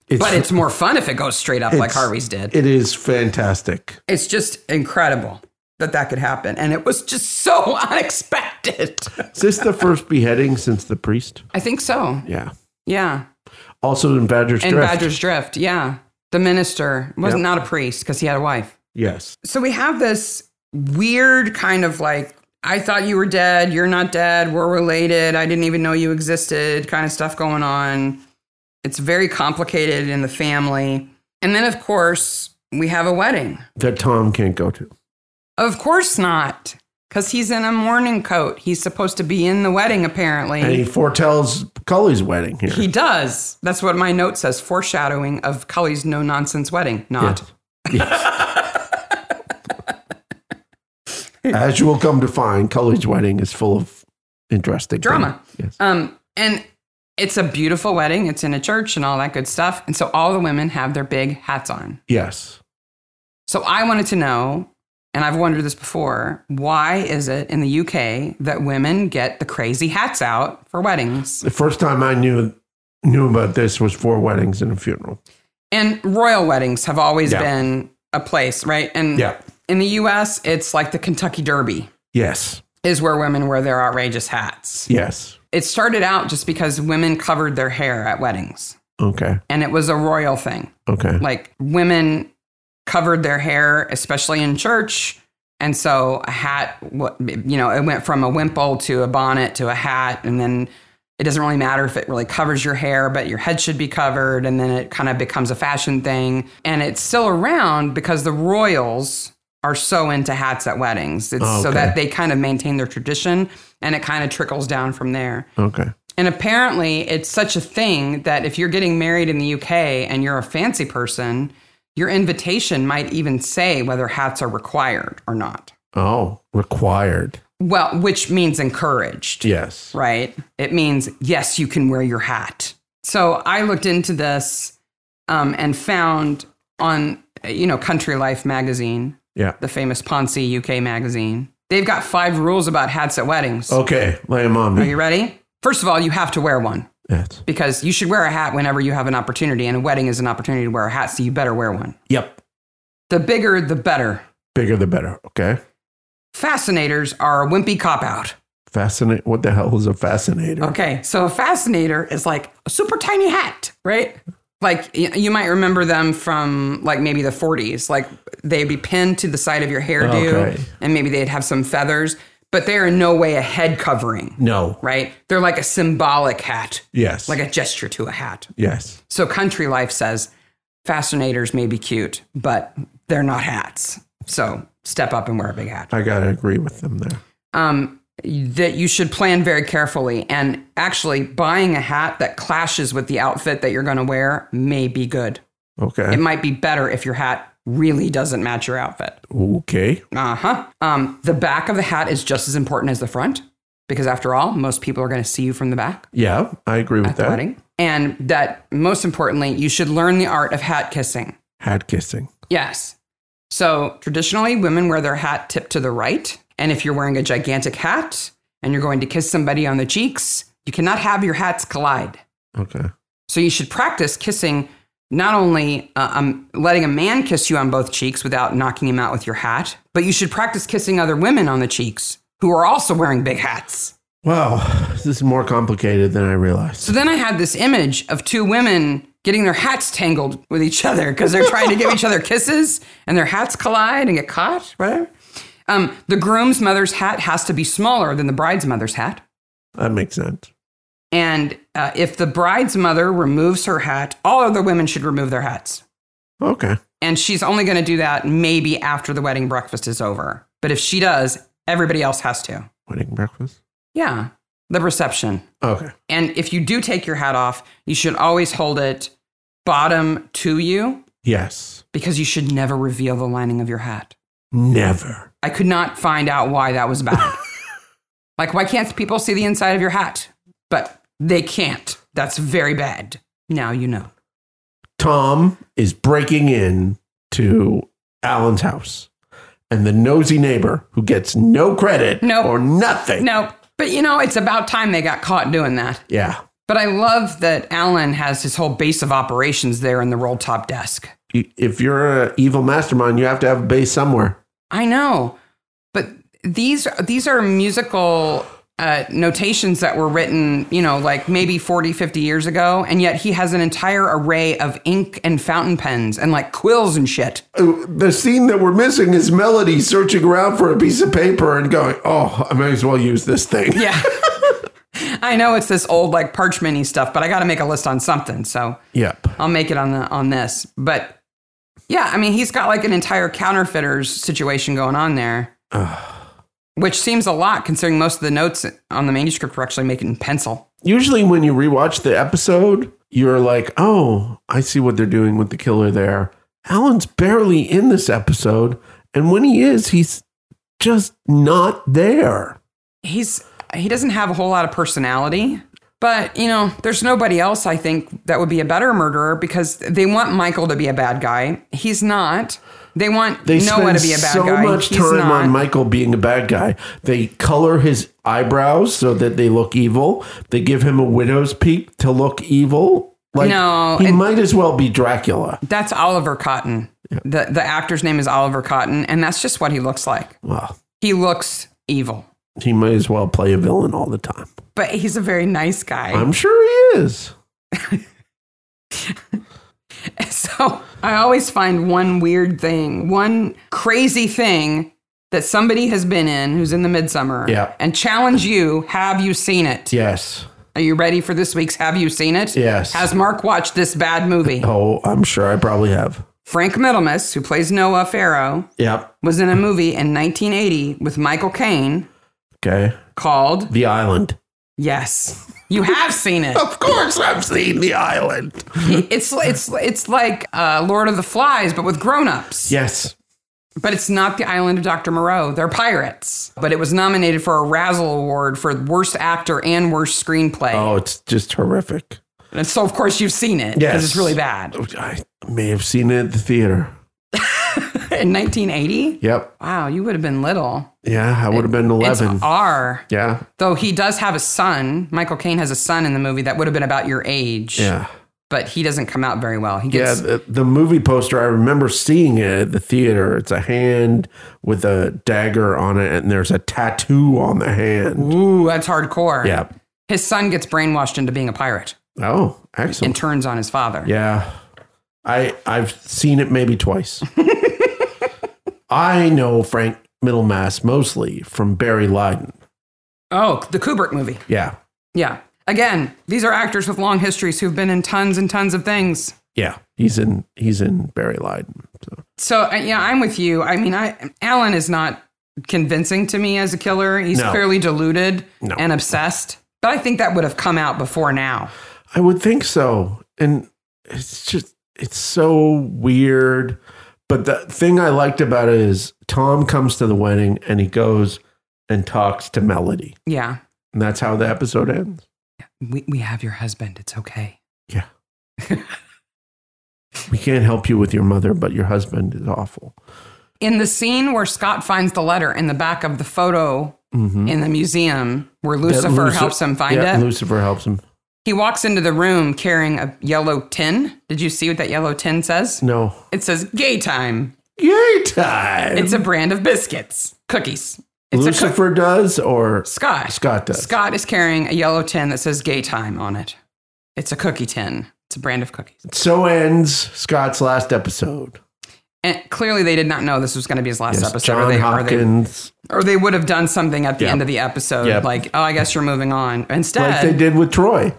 [SPEAKER 1] It's,
[SPEAKER 2] But it's more fun if it goes straight up like
[SPEAKER 1] It's-
[SPEAKER 2] Harvey's did.
[SPEAKER 1] it is fantastic.
[SPEAKER 2] it's just incredible that that could happen. And it was just so unexpected.
[SPEAKER 1] Is this the first beheading since the priest?
[SPEAKER 2] I think so.
[SPEAKER 1] Yeah.
[SPEAKER 2] Yeah.
[SPEAKER 1] Also in Badger's
[SPEAKER 2] And
[SPEAKER 1] Drift.
[SPEAKER 2] Badger's Drift. Yeah. The minister was
[SPEAKER 1] Yep.
[SPEAKER 2] not a priest because he had a wife.
[SPEAKER 1] Yes.
[SPEAKER 2] So we have this weird kind of like, I thought you were dead. You're not dead. We're related. I didn't even know you existed kind of stuff going on. It's very complicated in the family. And then, of course, we have a wedding.
[SPEAKER 1] That Tom can't go to.
[SPEAKER 2] Of course not. Because he's in a morning coat. He's supposed to be in the wedding,
[SPEAKER 1] And he
[SPEAKER 2] apparently.
[SPEAKER 1] foretells Cully's wedding here.
[SPEAKER 2] He does. That's what my note says foreshadowing of Cully's no nonsense wedding. Not.
[SPEAKER 1] As you will come to find, Cully's wedding is full of interesting
[SPEAKER 2] Drama.
[SPEAKER 1] things. Yes.
[SPEAKER 2] Um, and it's a beautiful wedding. It's in a church and all that good stuff. And so all the women have their big hats on.
[SPEAKER 1] Yes.
[SPEAKER 2] So I wanted to know, and I've wondered this before why is it in the UK that women get the crazy hats out for weddings?
[SPEAKER 1] The first time I knew knew about this was for weddings and a funeral.
[SPEAKER 2] And royal weddings have always
[SPEAKER 1] Yeah.
[SPEAKER 2] been a place, right? And
[SPEAKER 1] Yeah.
[SPEAKER 2] in the US, it's like the Kentucky Derby
[SPEAKER 1] Yes.
[SPEAKER 2] is where women wear their outrageous hats.
[SPEAKER 1] Yes.
[SPEAKER 2] It started out just because women covered their hair at weddings,
[SPEAKER 1] Okay.
[SPEAKER 2] and it was a royal thing.
[SPEAKER 1] Okay.
[SPEAKER 2] Like women covered their hair, especially in church. And so a hat, wa- you know, it went from a wimple to a bonnet to a hat. And then it doesn't really matter if it really covers your hair, but your head should be covered. And then it kind of becomes a fashion thing. And it's still around because the royals are so into hats at weddings. It's so
[SPEAKER 1] Okay.
[SPEAKER 2] that they kind of maintain their tradition and it kind of trickles down from there.
[SPEAKER 1] Okay.
[SPEAKER 2] And apparently, it's such a thing that if you're getting married in the UK and you're a fancy person, your invitation might even say whether hats are required or not.
[SPEAKER 1] Oh, required.
[SPEAKER 2] Well, which means encouraged,
[SPEAKER 1] Yes.
[SPEAKER 2] right? It means, yes, you can wear your hat. So I looked into this um, and found on, you know, Country Life magazine,
[SPEAKER 1] Yeah.
[SPEAKER 2] the famous Ponzi UK magazine, they've got five rules about hats at weddings.
[SPEAKER 1] Okay. Lay him on
[SPEAKER 2] Are
[SPEAKER 1] me.
[SPEAKER 2] you ready? First of all, you have to wear one
[SPEAKER 1] Yes.
[SPEAKER 2] because you should wear a hat whenever you have an opportunity, and a wedding is an opportunity to wear a hat, so you better wear one.
[SPEAKER 1] Yep.
[SPEAKER 2] The bigger, the better.
[SPEAKER 1] Bigger the better. Okay.
[SPEAKER 2] Fascinators are a wimpy cop out.
[SPEAKER 1] Fascinate. What the hell is a fascinator?
[SPEAKER 2] Okay, so a fascinator is like a super tiny hat, right? Like y- you might remember them from like maybe the 40s. Like they'd be pinned to the side of your hairdo,
[SPEAKER 1] Okay.
[SPEAKER 2] and maybe they'd have some feathers, but they are in no way a head covering,
[SPEAKER 1] No.
[SPEAKER 2] right? They're like a symbolic hat,
[SPEAKER 1] Yes.
[SPEAKER 2] like a gesture to a hat.
[SPEAKER 1] yes.
[SPEAKER 2] So Country Life says fascinators may be cute, but they're not hats. So step up and wear a big hat.
[SPEAKER 1] I gotta agree with them there.
[SPEAKER 2] Um, that you should plan very carefully. And actually, buying a hat that clashes with the outfit that you're going to wear may be good. It
[SPEAKER 1] Okay.
[SPEAKER 2] might be better if your hat really doesn't match your outfit.
[SPEAKER 1] Okay.
[SPEAKER 2] Uh huh. Um, the back of the hat is just as important as the front because, after all, most people are going to see you from the back
[SPEAKER 1] Yeah, I agree with
[SPEAKER 2] at the
[SPEAKER 1] that.
[SPEAKER 2] wedding. And that, most importantly, you should learn the art of hat kissing.
[SPEAKER 1] Hat kissing.
[SPEAKER 2] Yes. So traditionally, women wear their hat tipped to the right. And if you're wearing a gigantic hat and you're going to kiss somebody on the cheeks, you cannot have your hats collide.
[SPEAKER 1] Okay.
[SPEAKER 2] So you should practice kissing, not only uh, um, letting a man kiss you on both cheeks without knocking him out with your hat, but you should practice kissing other women on the cheeks who are also wearing big hats.
[SPEAKER 1] Wow, this is more complicated than I
[SPEAKER 2] So
[SPEAKER 1] realized.
[SPEAKER 2] then I had this image of two women getting their hats tangled with each other because they're trying to give each other kisses and their hats collide and get caught, whatever. Um, the groom's mother's hat has to be smaller than the bride's mother's hat.
[SPEAKER 1] That makes sense.
[SPEAKER 2] And uh, if the bride's mother removes her hat, all other women should remove their hats.
[SPEAKER 1] Okay.
[SPEAKER 2] And she's only going to do that maybe after the wedding breakfast is over. But if she does, everybody else has to.
[SPEAKER 1] Wedding breakfast.
[SPEAKER 2] Yeah. The reception.
[SPEAKER 1] Okay.
[SPEAKER 2] And if you do take your hat off, you should always hold it bottom to you
[SPEAKER 1] Yes.
[SPEAKER 2] because you should never reveal the lining of your hat.
[SPEAKER 1] Never.
[SPEAKER 2] I could not find out why that was bad. like, why can't people see the inside of your hat? But they can't. That's very bad. Now you know.
[SPEAKER 1] Tom is breaking in to Alan's house. And the nosy neighbor who gets no credit
[SPEAKER 2] Nope.
[SPEAKER 1] or nothing.
[SPEAKER 2] No, but you know, it's about time they got caught doing that.
[SPEAKER 1] Yeah.
[SPEAKER 2] But I love that Alan has his whole base of operations there in the roll top desk.
[SPEAKER 1] You- If you're an evil mastermind, you have to have a base somewhere.
[SPEAKER 2] I know, but these these are musical uh, notations that were written, you know, like maybe 40, 50 years ago, and yet he has an entire array of ink and fountain pens and like quills and shit.
[SPEAKER 1] Uh, The scene that we're missing is Melody searching around for a piece of paper and going, oh, I may as well use this thing.
[SPEAKER 2] Yeah. I know it's this old like parchmenty stuff, but I got to make a list on something. So
[SPEAKER 1] Yep.
[SPEAKER 2] I'll make it on the on this. But yeah, I mean, he's got like an entire counterfeiters situation going on there, which seems a lot considering most of the notes on the manuscript were actually made in pencil.
[SPEAKER 1] Usually, when you rewatch the episode, you're like, oh, I see what they're doing with the killer there. Alan's barely in this episode. And when he is, he's just not there.
[SPEAKER 2] He's he doesn't have a whole lot of personality, but you know, there's nobody else I think that would be a better murderer because they want Michael to be a bad guy. He's not. They want
[SPEAKER 1] They
[SPEAKER 2] Noah
[SPEAKER 1] spend
[SPEAKER 2] to be a bad
[SPEAKER 1] so
[SPEAKER 2] guy.
[SPEAKER 1] much
[SPEAKER 2] He's
[SPEAKER 1] time
[SPEAKER 2] not.
[SPEAKER 1] on Michael being a bad guy. They color his eyebrows so that they look evil. They give him a widow's peak to look evil. Like
[SPEAKER 2] No,
[SPEAKER 1] he
[SPEAKER 2] it-
[SPEAKER 1] might as well be Dracula.
[SPEAKER 2] That's Oliver Cotton. The the actor's name is Oliver Cotton, and that's just what he looks like.
[SPEAKER 1] Well,
[SPEAKER 2] He looks evil,
[SPEAKER 1] he might as well play a villain all the time.
[SPEAKER 2] but he's a very nice guy.
[SPEAKER 1] I'm sure he is.
[SPEAKER 2] so I always find one weird thing, one crazy thing that somebody has been in who's in the midsummer
[SPEAKER 1] Yeah.
[SPEAKER 2] and challenge you, have you seen it?
[SPEAKER 1] Yes.
[SPEAKER 2] Are you ready for this week's have you seen it?
[SPEAKER 1] Yes.
[SPEAKER 2] Has Mark watched this bad movie?
[SPEAKER 1] Oh, I'm sure I probably have.
[SPEAKER 2] Frank Middlemas, who plays Noah Farrow,
[SPEAKER 1] Yep.
[SPEAKER 2] was in a movie in 1980 with Michael Caine
[SPEAKER 1] Okay.
[SPEAKER 2] called
[SPEAKER 1] The Island.
[SPEAKER 2] Yes. You have seen it.
[SPEAKER 1] Of course I've seen The Island.
[SPEAKER 2] It's it's it's like uh, Lord of the Flies, but with grown-ups.
[SPEAKER 1] Yes.
[SPEAKER 2] But it's not the island of Dr. Moreau. They're pirates. But it was nominated for a Razzle Award for worst actor and worst screenplay.
[SPEAKER 1] Oh, it's just horrific.
[SPEAKER 2] And so of course you've seen it because
[SPEAKER 1] Yes.
[SPEAKER 2] it's really bad.
[SPEAKER 1] I may have seen it at the theater.
[SPEAKER 2] In 1980.
[SPEAKER 1] Yep.
[SPEAKER 2] Wow, you would have been little.
[SPEAKER 1] Yeah, I would have been
[SPEAKER 2] It's
[SPEAKER 1] 11.
[SPEAKER 2] R.
[SPEAKER 1] Yeah.
[SPEAKER 2] Though he does have a son. Michael Caine has a son in the movie that would have been about your age.
[SPEAKER 1] Yeah.
[SPEAKER 2] But he doesn't come out very well. He
[SPEAKER 1] Yeah,
[SPEAKER 2] gets
[SPEAKER 1] the, the movie poster, I remember seeing it at the theater. It's a hand with a dagger on it, and there's a tattoo on the hand.
[SPEAKER 2] ooh, that's hardcore.
[SPEAKER 1] Yeah.
[SPEAKER 2] His son gets brainwashed into being a pirate
[SPEAKER 1] Oh,
[SPEAKER 2] and
[SPEAKER 1] excellent.
[SPEAKER 2] turns on his father.
[SPEAKER 1] Yeah. I I've seen it maybe twice. I know Frank Middlemass mostly from Barry Lyndon.
[SPEAKER 2] Oh, the Kubrick movie.
[SPEAKER 1] Yeah.
[SPEAKER 2] Yeah. Again, these are actors with long histories who've been in tons and tons of things.
[SPEAKER 1] Yeah. He's in he's in Barry Lyndon. So
[SPEAKER 2] So uh, yeah, I'm with you. I mean, I Alan is not convincing to me as a killer. He's
[SPEAKER 1] No.
[SPEAKER 2] clearly deluded
[SPEAKER 1] No.
[SPEAKER 2] and obsessed. But I think that would have come out before now.
[SPEAKER 1] I would think so. And it's just it's so weird. But the thing I liked about it is Tom comes to the wedding and he goes and talks to Melody.
[SPEAKER 2] Yeah.
[SPEAKER 1] And that's how the episode ends.
[SPEAKER 2] We we have your husband. It's okay.
[SPEAKER 1] We can't help you with your mother, but your husband is awful.
[SPEAKER 2] In the scene where Scott finds the letter in the back of the photo
[SPEAKER 1] Mm-hmm.
[SPEAKER 2] in the museum where Lucifer
[SPEAKER 1] Luci-
[SPEAKER 2] helps him find
[SPEAKER 1] yeah,
[SPEAKER 2] it,
[SPEAKER 1] Lucifer helps him.
[SPEAKER 2] he walks into the room carrying a yellow tin. Did you see what that yellow tin says?
[SPEAKER 1] No.
[SPEAKER 2] It says gay time.
[SPEAKER 1] Yay time.
[SPEAKER 2] It's a brand of biscuits, cookies. It's a cook-
[SPEAKER 1] Lucifer does or
[SPEAKER 2] Scott.
[SPEAKER 1] Scott does.
[SPEAKER 2] Scott is carrying a yellow tin that says "Gay Time" on it. It's a cookie tin. It's a brand of cookies.
[SPEAKER 1] So ends Scott's last episode.
[SPEAKER 2] And clearly, they did not know this was going to be his last
[SPEAKER 1] Yes,
[SPEAKER 2] episode. or,
[SPEAKER 1] John
[SPEAKER 2] they, or, they,
[SPEAKER 1] Hopkins,
[SPEAKER 2] or they would have done something at the
[SPEAKER 1] Yeah.
[SPEAKER 2] end of the episode,
[SPEAKER 1] Yeah.
[SPEAKER 2] like, "Oh, I guess you're moving on." Instead,
[SPEAKER 1] like they did with Troy.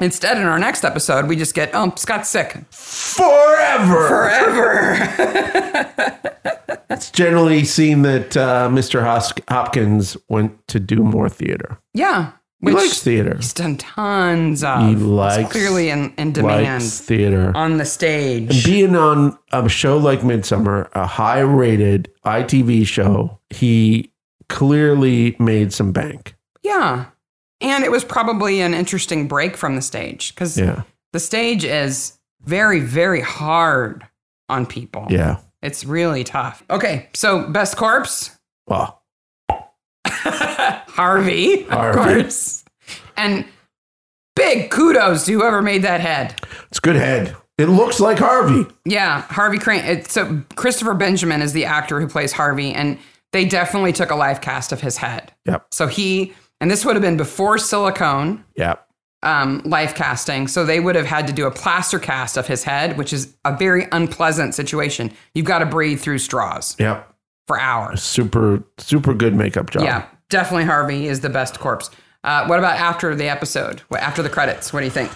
[SPEAKER 2] Instead, in our next episode, we just get, oh, Scott's sick
[SPEAKER 1] Forever.
[SPEAKER 2] forever.
[SPEAKER 1] It's generally seen that uh, Mr. Hos- Hopkins went to do more theater.
[SPEAKER 2] yeah.
[SPEAKER 1] He
[SPEAKER 2] Which
[SPEAKER 1] likes theater.
[SPEAKER 2] he's done tons of.
[SPEAKER 1] He
[SPEAKER 2] It's
[SPEAKER 1] likes-
[SPEAKER 2] clearly in, in demand
[SPEAKER 1] Likes theater.
[SPEAKER 2] on the stage.
[SPEAKER 1] Being on a show like Midsummer, a high rated ITV show, he clearly made some bank.
[SPEAKER 2] yeah. And it was probably an interesting break from the stage because
[SPEAKER 1] Yeah.
[SPEAKER 2] the stage is very, very hard on people.
[SPEAKER 1] Yeah.
[SPEAKER 2] It's really tough. Okay, so best corpse,
[SPEAKER 1] Well,
[SPEAKER 2] Harvey, of
[SPEAKER 1] Harvey.
[SPEAKER 2] course. And big kudos to whoever made that head.
[SPEAKER 1] it's good head. It looks like Harvey.
[SPEAKER 2] Yeah, Harvey Crane. It, so Christopher Benjamin is the actor who plays Harvey, and they definitely took a live cast of his head.
[SPEAKER 1] Yep.
[SPEAKER 2] So he, and this would have been before silicone
[SPEAKER 1] Yep.
[SPEAKER 2] um, life casting. So they would have had to do a plaster cast of his head, which is a very unpleasant situation. You've got to breathe through straws
[SPEAKER 1] Yep.
[SPEAKER 2] for hours.
[SPEAKER 1] Super, super good makeup job.
[SPEAKER 2] Yeah, definitely Harvey is the best corpse. Uh, what about after the episode? What, after the credits? What do you think?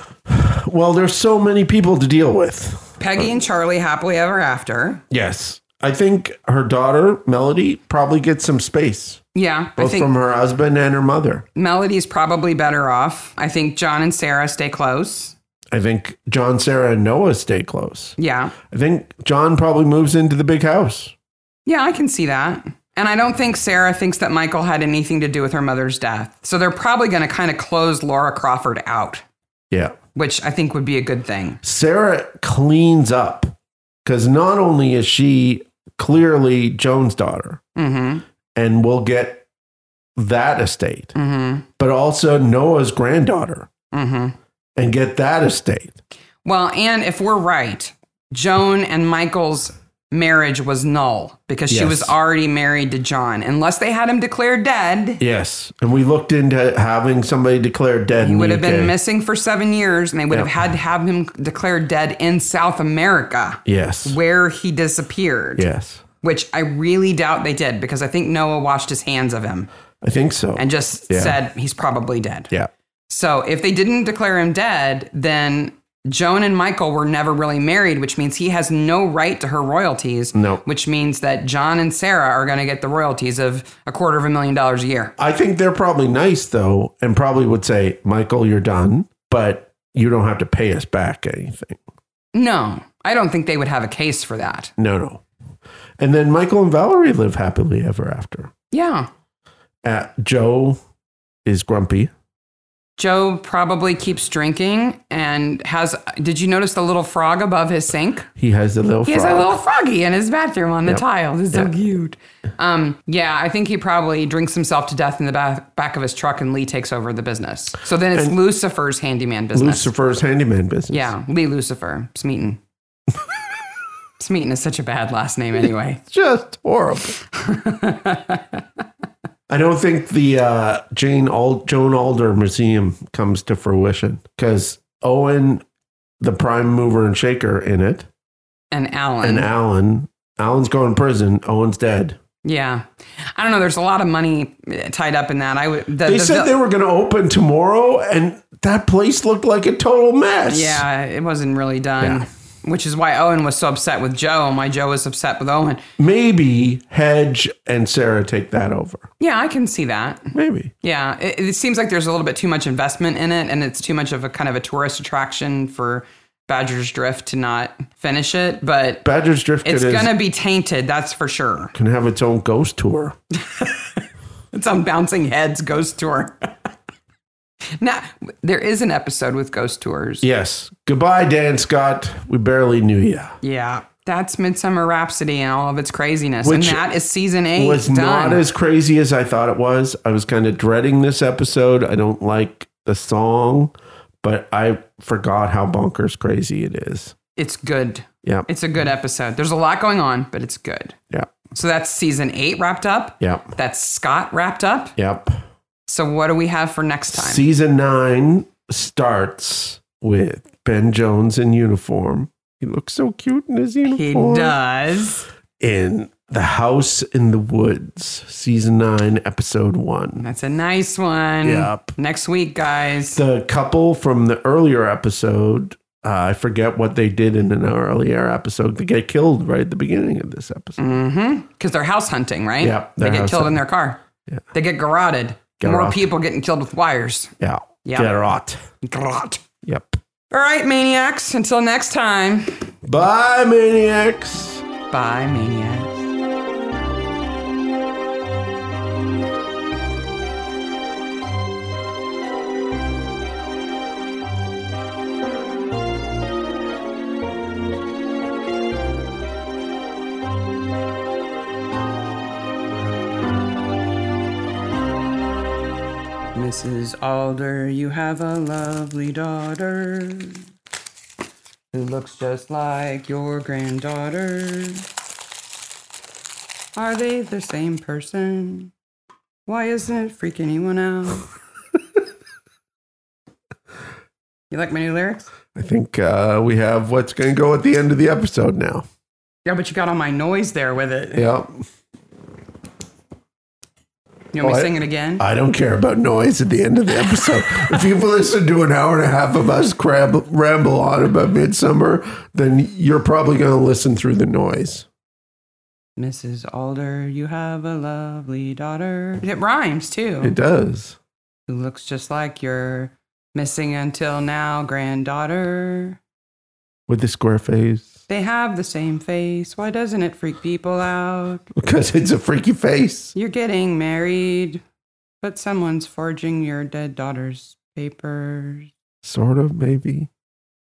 [SPEAKER 1] Well, there's so many people to deal with.
[SPEAKER 2] Peggy and Charlie happily ever after.
[SPEAKER 1] Yes. I think her daughter, Melody, probably gets some space,
[SPEAKER 2] Yeah, I
[SPEAKER 1] both
[SPEAKER 2] think
[SPEAKER 1] from her husband and her mother.
[SPEAKER 2] Melody's probably better off. I think John and Sarah stay close.
[SPEAKER 1] I think John, Sarah, and Noah stay close.
[SPEAKER 2] Yeah,
[SPEAKER 1] I think John probably moves into the big house.
[SPEAKER 2] yeah, I can see that. And I don't think Sarah thinks that Michael had anything to do with her mother's death. So they're probably going to kind of close Laura Crawford out,
[SPEAKER 1] Yeah.
[SPEAKER 2] which I think would be a good thing.
[SPEAKER 1] Sarah cleans up because not only is she clearly Joan's daughter Mm-hmm.
[SPEAKER 2] Mm
[SPEAKER 1] and will get that estate,
[SPEAKER 2] hmm. Mm
[SPEAKER 1] but also Noah's granddaughter
[SPEAKER 2] hmm. Mm hmm.
[SPEAKER 1] and get that estate.
[SPEAKER 2] Well, and if we're right, Joan and Michael's marriage was null because she
[SPEAKER 1] Yes.
[SPEAKER 2] was already married to John, unless they had him declared dead.
[SPEAKER 1] Yes. And we looked into having somebody declared dead.
[SPEAKER 2] He
[SPEAKER 1] in
[SPEAKER 2] would
[SPEAKER 1] the
[SPEAKER 2] have been
[SPEAKER 1] UK.
[SPEAKER 2] missing for seven years, and they would
[SPEAKER 1] Yeah.
[SPEAKER 2] have had to have him declared dead in South America,
[SPEAKER 1] Yes.
[SPEAKER 2] where he disappeared.
[SPEAKER 1] Yes.
[SPEAKER 2] Which I really doubt they did because I think Noah washed his hands of him
[SPEAKER 1] I think so.
[SPEAKER 2] and just
[SPEAKER 1] Yeah.
[SPEAKER 2] said he's probably dead.
[SPEAKER 1] yeah.
[SPEAKER 2] So if they didn't declare him dead, then Joan and Michael were never really married, which means he has no right to her royalties.
[SPEAKER 1] No.
[SPEAKER 2] Which means that John and Sarah are going to get the royalties of a quarter of a million dollars a year.
[SPEAKER 1] I think they're probably nice though, and probably would say, Michael, you're done, but you don't have to pay us back anything.
[SPEAKER 2] No, I don't think they would have a case for that.
[SPEAKER 1] No, no. And then Michael and Valerie live happily ever after.
[SPEAKER 2] Yeah.
[SPEAKER 1] Uh, Joe is grumpy.
[SPEAKER 2] Joe probably keeps drinking and has. Did you notice the little frog above his sink?
[SPEAKER 1] He has a little
[SPEAKER 2] He
[SPEAKER 1] frog.
[SPEAKER 2] has a little froggy in his bathroom on the
[SPEAKER 1] Yep.
[SPEAKER 2] tiles. It's so
[SPEAKER 1] Yep.
[SPEAKER 2] cute. Um, yeah, I think he probably drinks himself to death in the back, back of his truck, and Lee takes over the business. So then it's Lucifer's handyman business.
[SPEAKER 1] Lucifer's handyman business.
[SPEAKER 2] Yeah, Lee Lucifer Smeaton. Smeaton is such a bad last name anyway.
[SPEAKER 1] It's Just horrible. I don't think the uh, Jane Ald- Joan Alder Museum comes to fruition because Owen, the prime mover and shaker in it,
[SPEAKER 2] And Alan.
[SPEAKER 1] and Alan. Alan's going to prison. Owen's dead.
[SPEAKER 2] yeah, I don't know. There's a lot of money eh, tied up in that. I would. The,
[SPEAKER 1] They
[SPEAKER 2] the-
[SPEAKER 1] said
[SPEAKER 2] the-
[SPEAKER 1] they were going to open tomorrow, and that place looked like a total mess.
[SPEAKER 2] Yeah, it wasn't really done.
[SPEAKER 1] Yeah.
[SPEAKER 2] Which is why Owen was so upset with Joe, and why Joe was upset with Owen.
[SPEAKER 1] Maybe Hedge and Sarah take that over.
[SPEAKER 2] Yeah, I can see that.
[SPEAKER 1] Maybe.
[SPEAKER 2] Yeah, it, it seems like there's a little bit too much investment in it, and it's too much of a kind of a tourist attraction for Badger's Drift to not finish it. But
[SPEAKER 1] Badger's Drift
[SPEAKER 2] it's
[SPEAKER 1] could is-
[SPEAKER 2] gonna be tainted, that's for sure.
[SPEAKER 1] can have its own ghost tour.
[SPEAKER 2] It's on Bouncing Heads Ghost Tour. now there is an episode with ghost tours.
[SPEAKER 1] Yes. Goodbye, Dan Scott. We barely knew ya.
[SPEAKER 2] Yeah, that's Midsummer Rhapsody and all of its craziness,
[SPEAKER 1] Which
[SPEAKER 2] and that is season eight.
[SPEAKER 1] was
[SPEAKER 2] done.
[SPEAKER 1] not as crazy as I thought it was. I was kind of dreading this episode. I don't like the song, but I forgot how bonkers crazy it is.
[SPEAKER 2] it's good.
[SPEAKER 1] Yeah.
[SPEAKER 2] It's a good episode. There's a lot going on, but it's good.
[SPEAKER 1] Yeah.
[SPEAKER 2] So that's season eight wrapped up.
[SPEAKER 1] Yep.
[SPEAKER 2] That's Scott wrapped up.
[SPEAKER 1] Yep.
[SPEAKER 2] So what do we have for next time?
[SPEAKER 1] Season nine starts with Ben Jones in uniform. He looks so cute in his
[SPEAKER 2] he
[SPEAKER 1] uniform.
[SPEAKER 2] does.
[SPEAKER 1] In The House in the Woods, season nine, episode one.
[SPEAKER 2] That's a nice one.
[SPEAKER 1] Yep.
[SPEAKER 2] Next week, guys.
[SPEAKER 1] The couple from the earlier episode, uh, I forget what they did in an earlier episode. They get killed right at the beginning of this episode.
[SPEAKER 2] Because they're house hunting, right?
[SPEAKER 1] Yep,
[SPEAKER 2] They
[SPEAKER 1] they're
[SPEAKER 2] get
[SPEAKER 1] house
[SPEAKER 2] killed in their car. Yeah. They get garroted. More
[SPEAKER 1] Garroted.
[SPEAKER 2] people getting killed with wires.
[SPEAKER 1] Yeah.
[SPEAKER 2] Yeah.
[SPEAKER 1] Geralt.
[SPEAKER 2] Garrot.
[SPEAKER 1] Yep.
[SPEAKER 2] All right, maniacs. Until next time.
[SPEAKER 1] Bye, maniacs.
[SPEAKER 2] Bye, maniacs. Mrs. Alder, you have a lovely daughter who looks just like your granddaughter. Are they the same person? Why isn't it freak anyone out? you like my new lyrics?
[SPEAKER 1] I think uh, we have what's going to go at the end of the episode now.
[SPEAKER 2] Yeah, but you got all my noise there with it.
[SPEAKER 1] Yep.
[SPEAKER 2] You want me to
[SPEAKER 1] What?
[SPEAKER 2] sing it again?
[SPEAKER 1] I don't care about noise at the end of the episode. if you've listened to an hour and a half of us crab- ramble on about Midsummer, then you're probably going to listen through the noise.
[SPEAKER 2] Mrs. Alder, you have a lovely daughter. It rhymes too.
[SPEAKER 1] It does.
[SPEAKER 2] who looks just like your missing until now granddaughter.
[SPEAKER 1] With the square face.
[SPEAKER 2] They have the same face. Why doesn't it freak people out?
[SPEAKER 1] Because it's a freaky face.
[SPEAKER 2] You're getting married, but someone's forging your dead daughter's papers.
[SPEAKER 1] Sort of, maybe.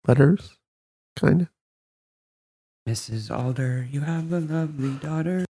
[SPEAKER 1] Letters? Kind of.
[SPEAKER 2] Mrs. Alder, you have a lovely daughter.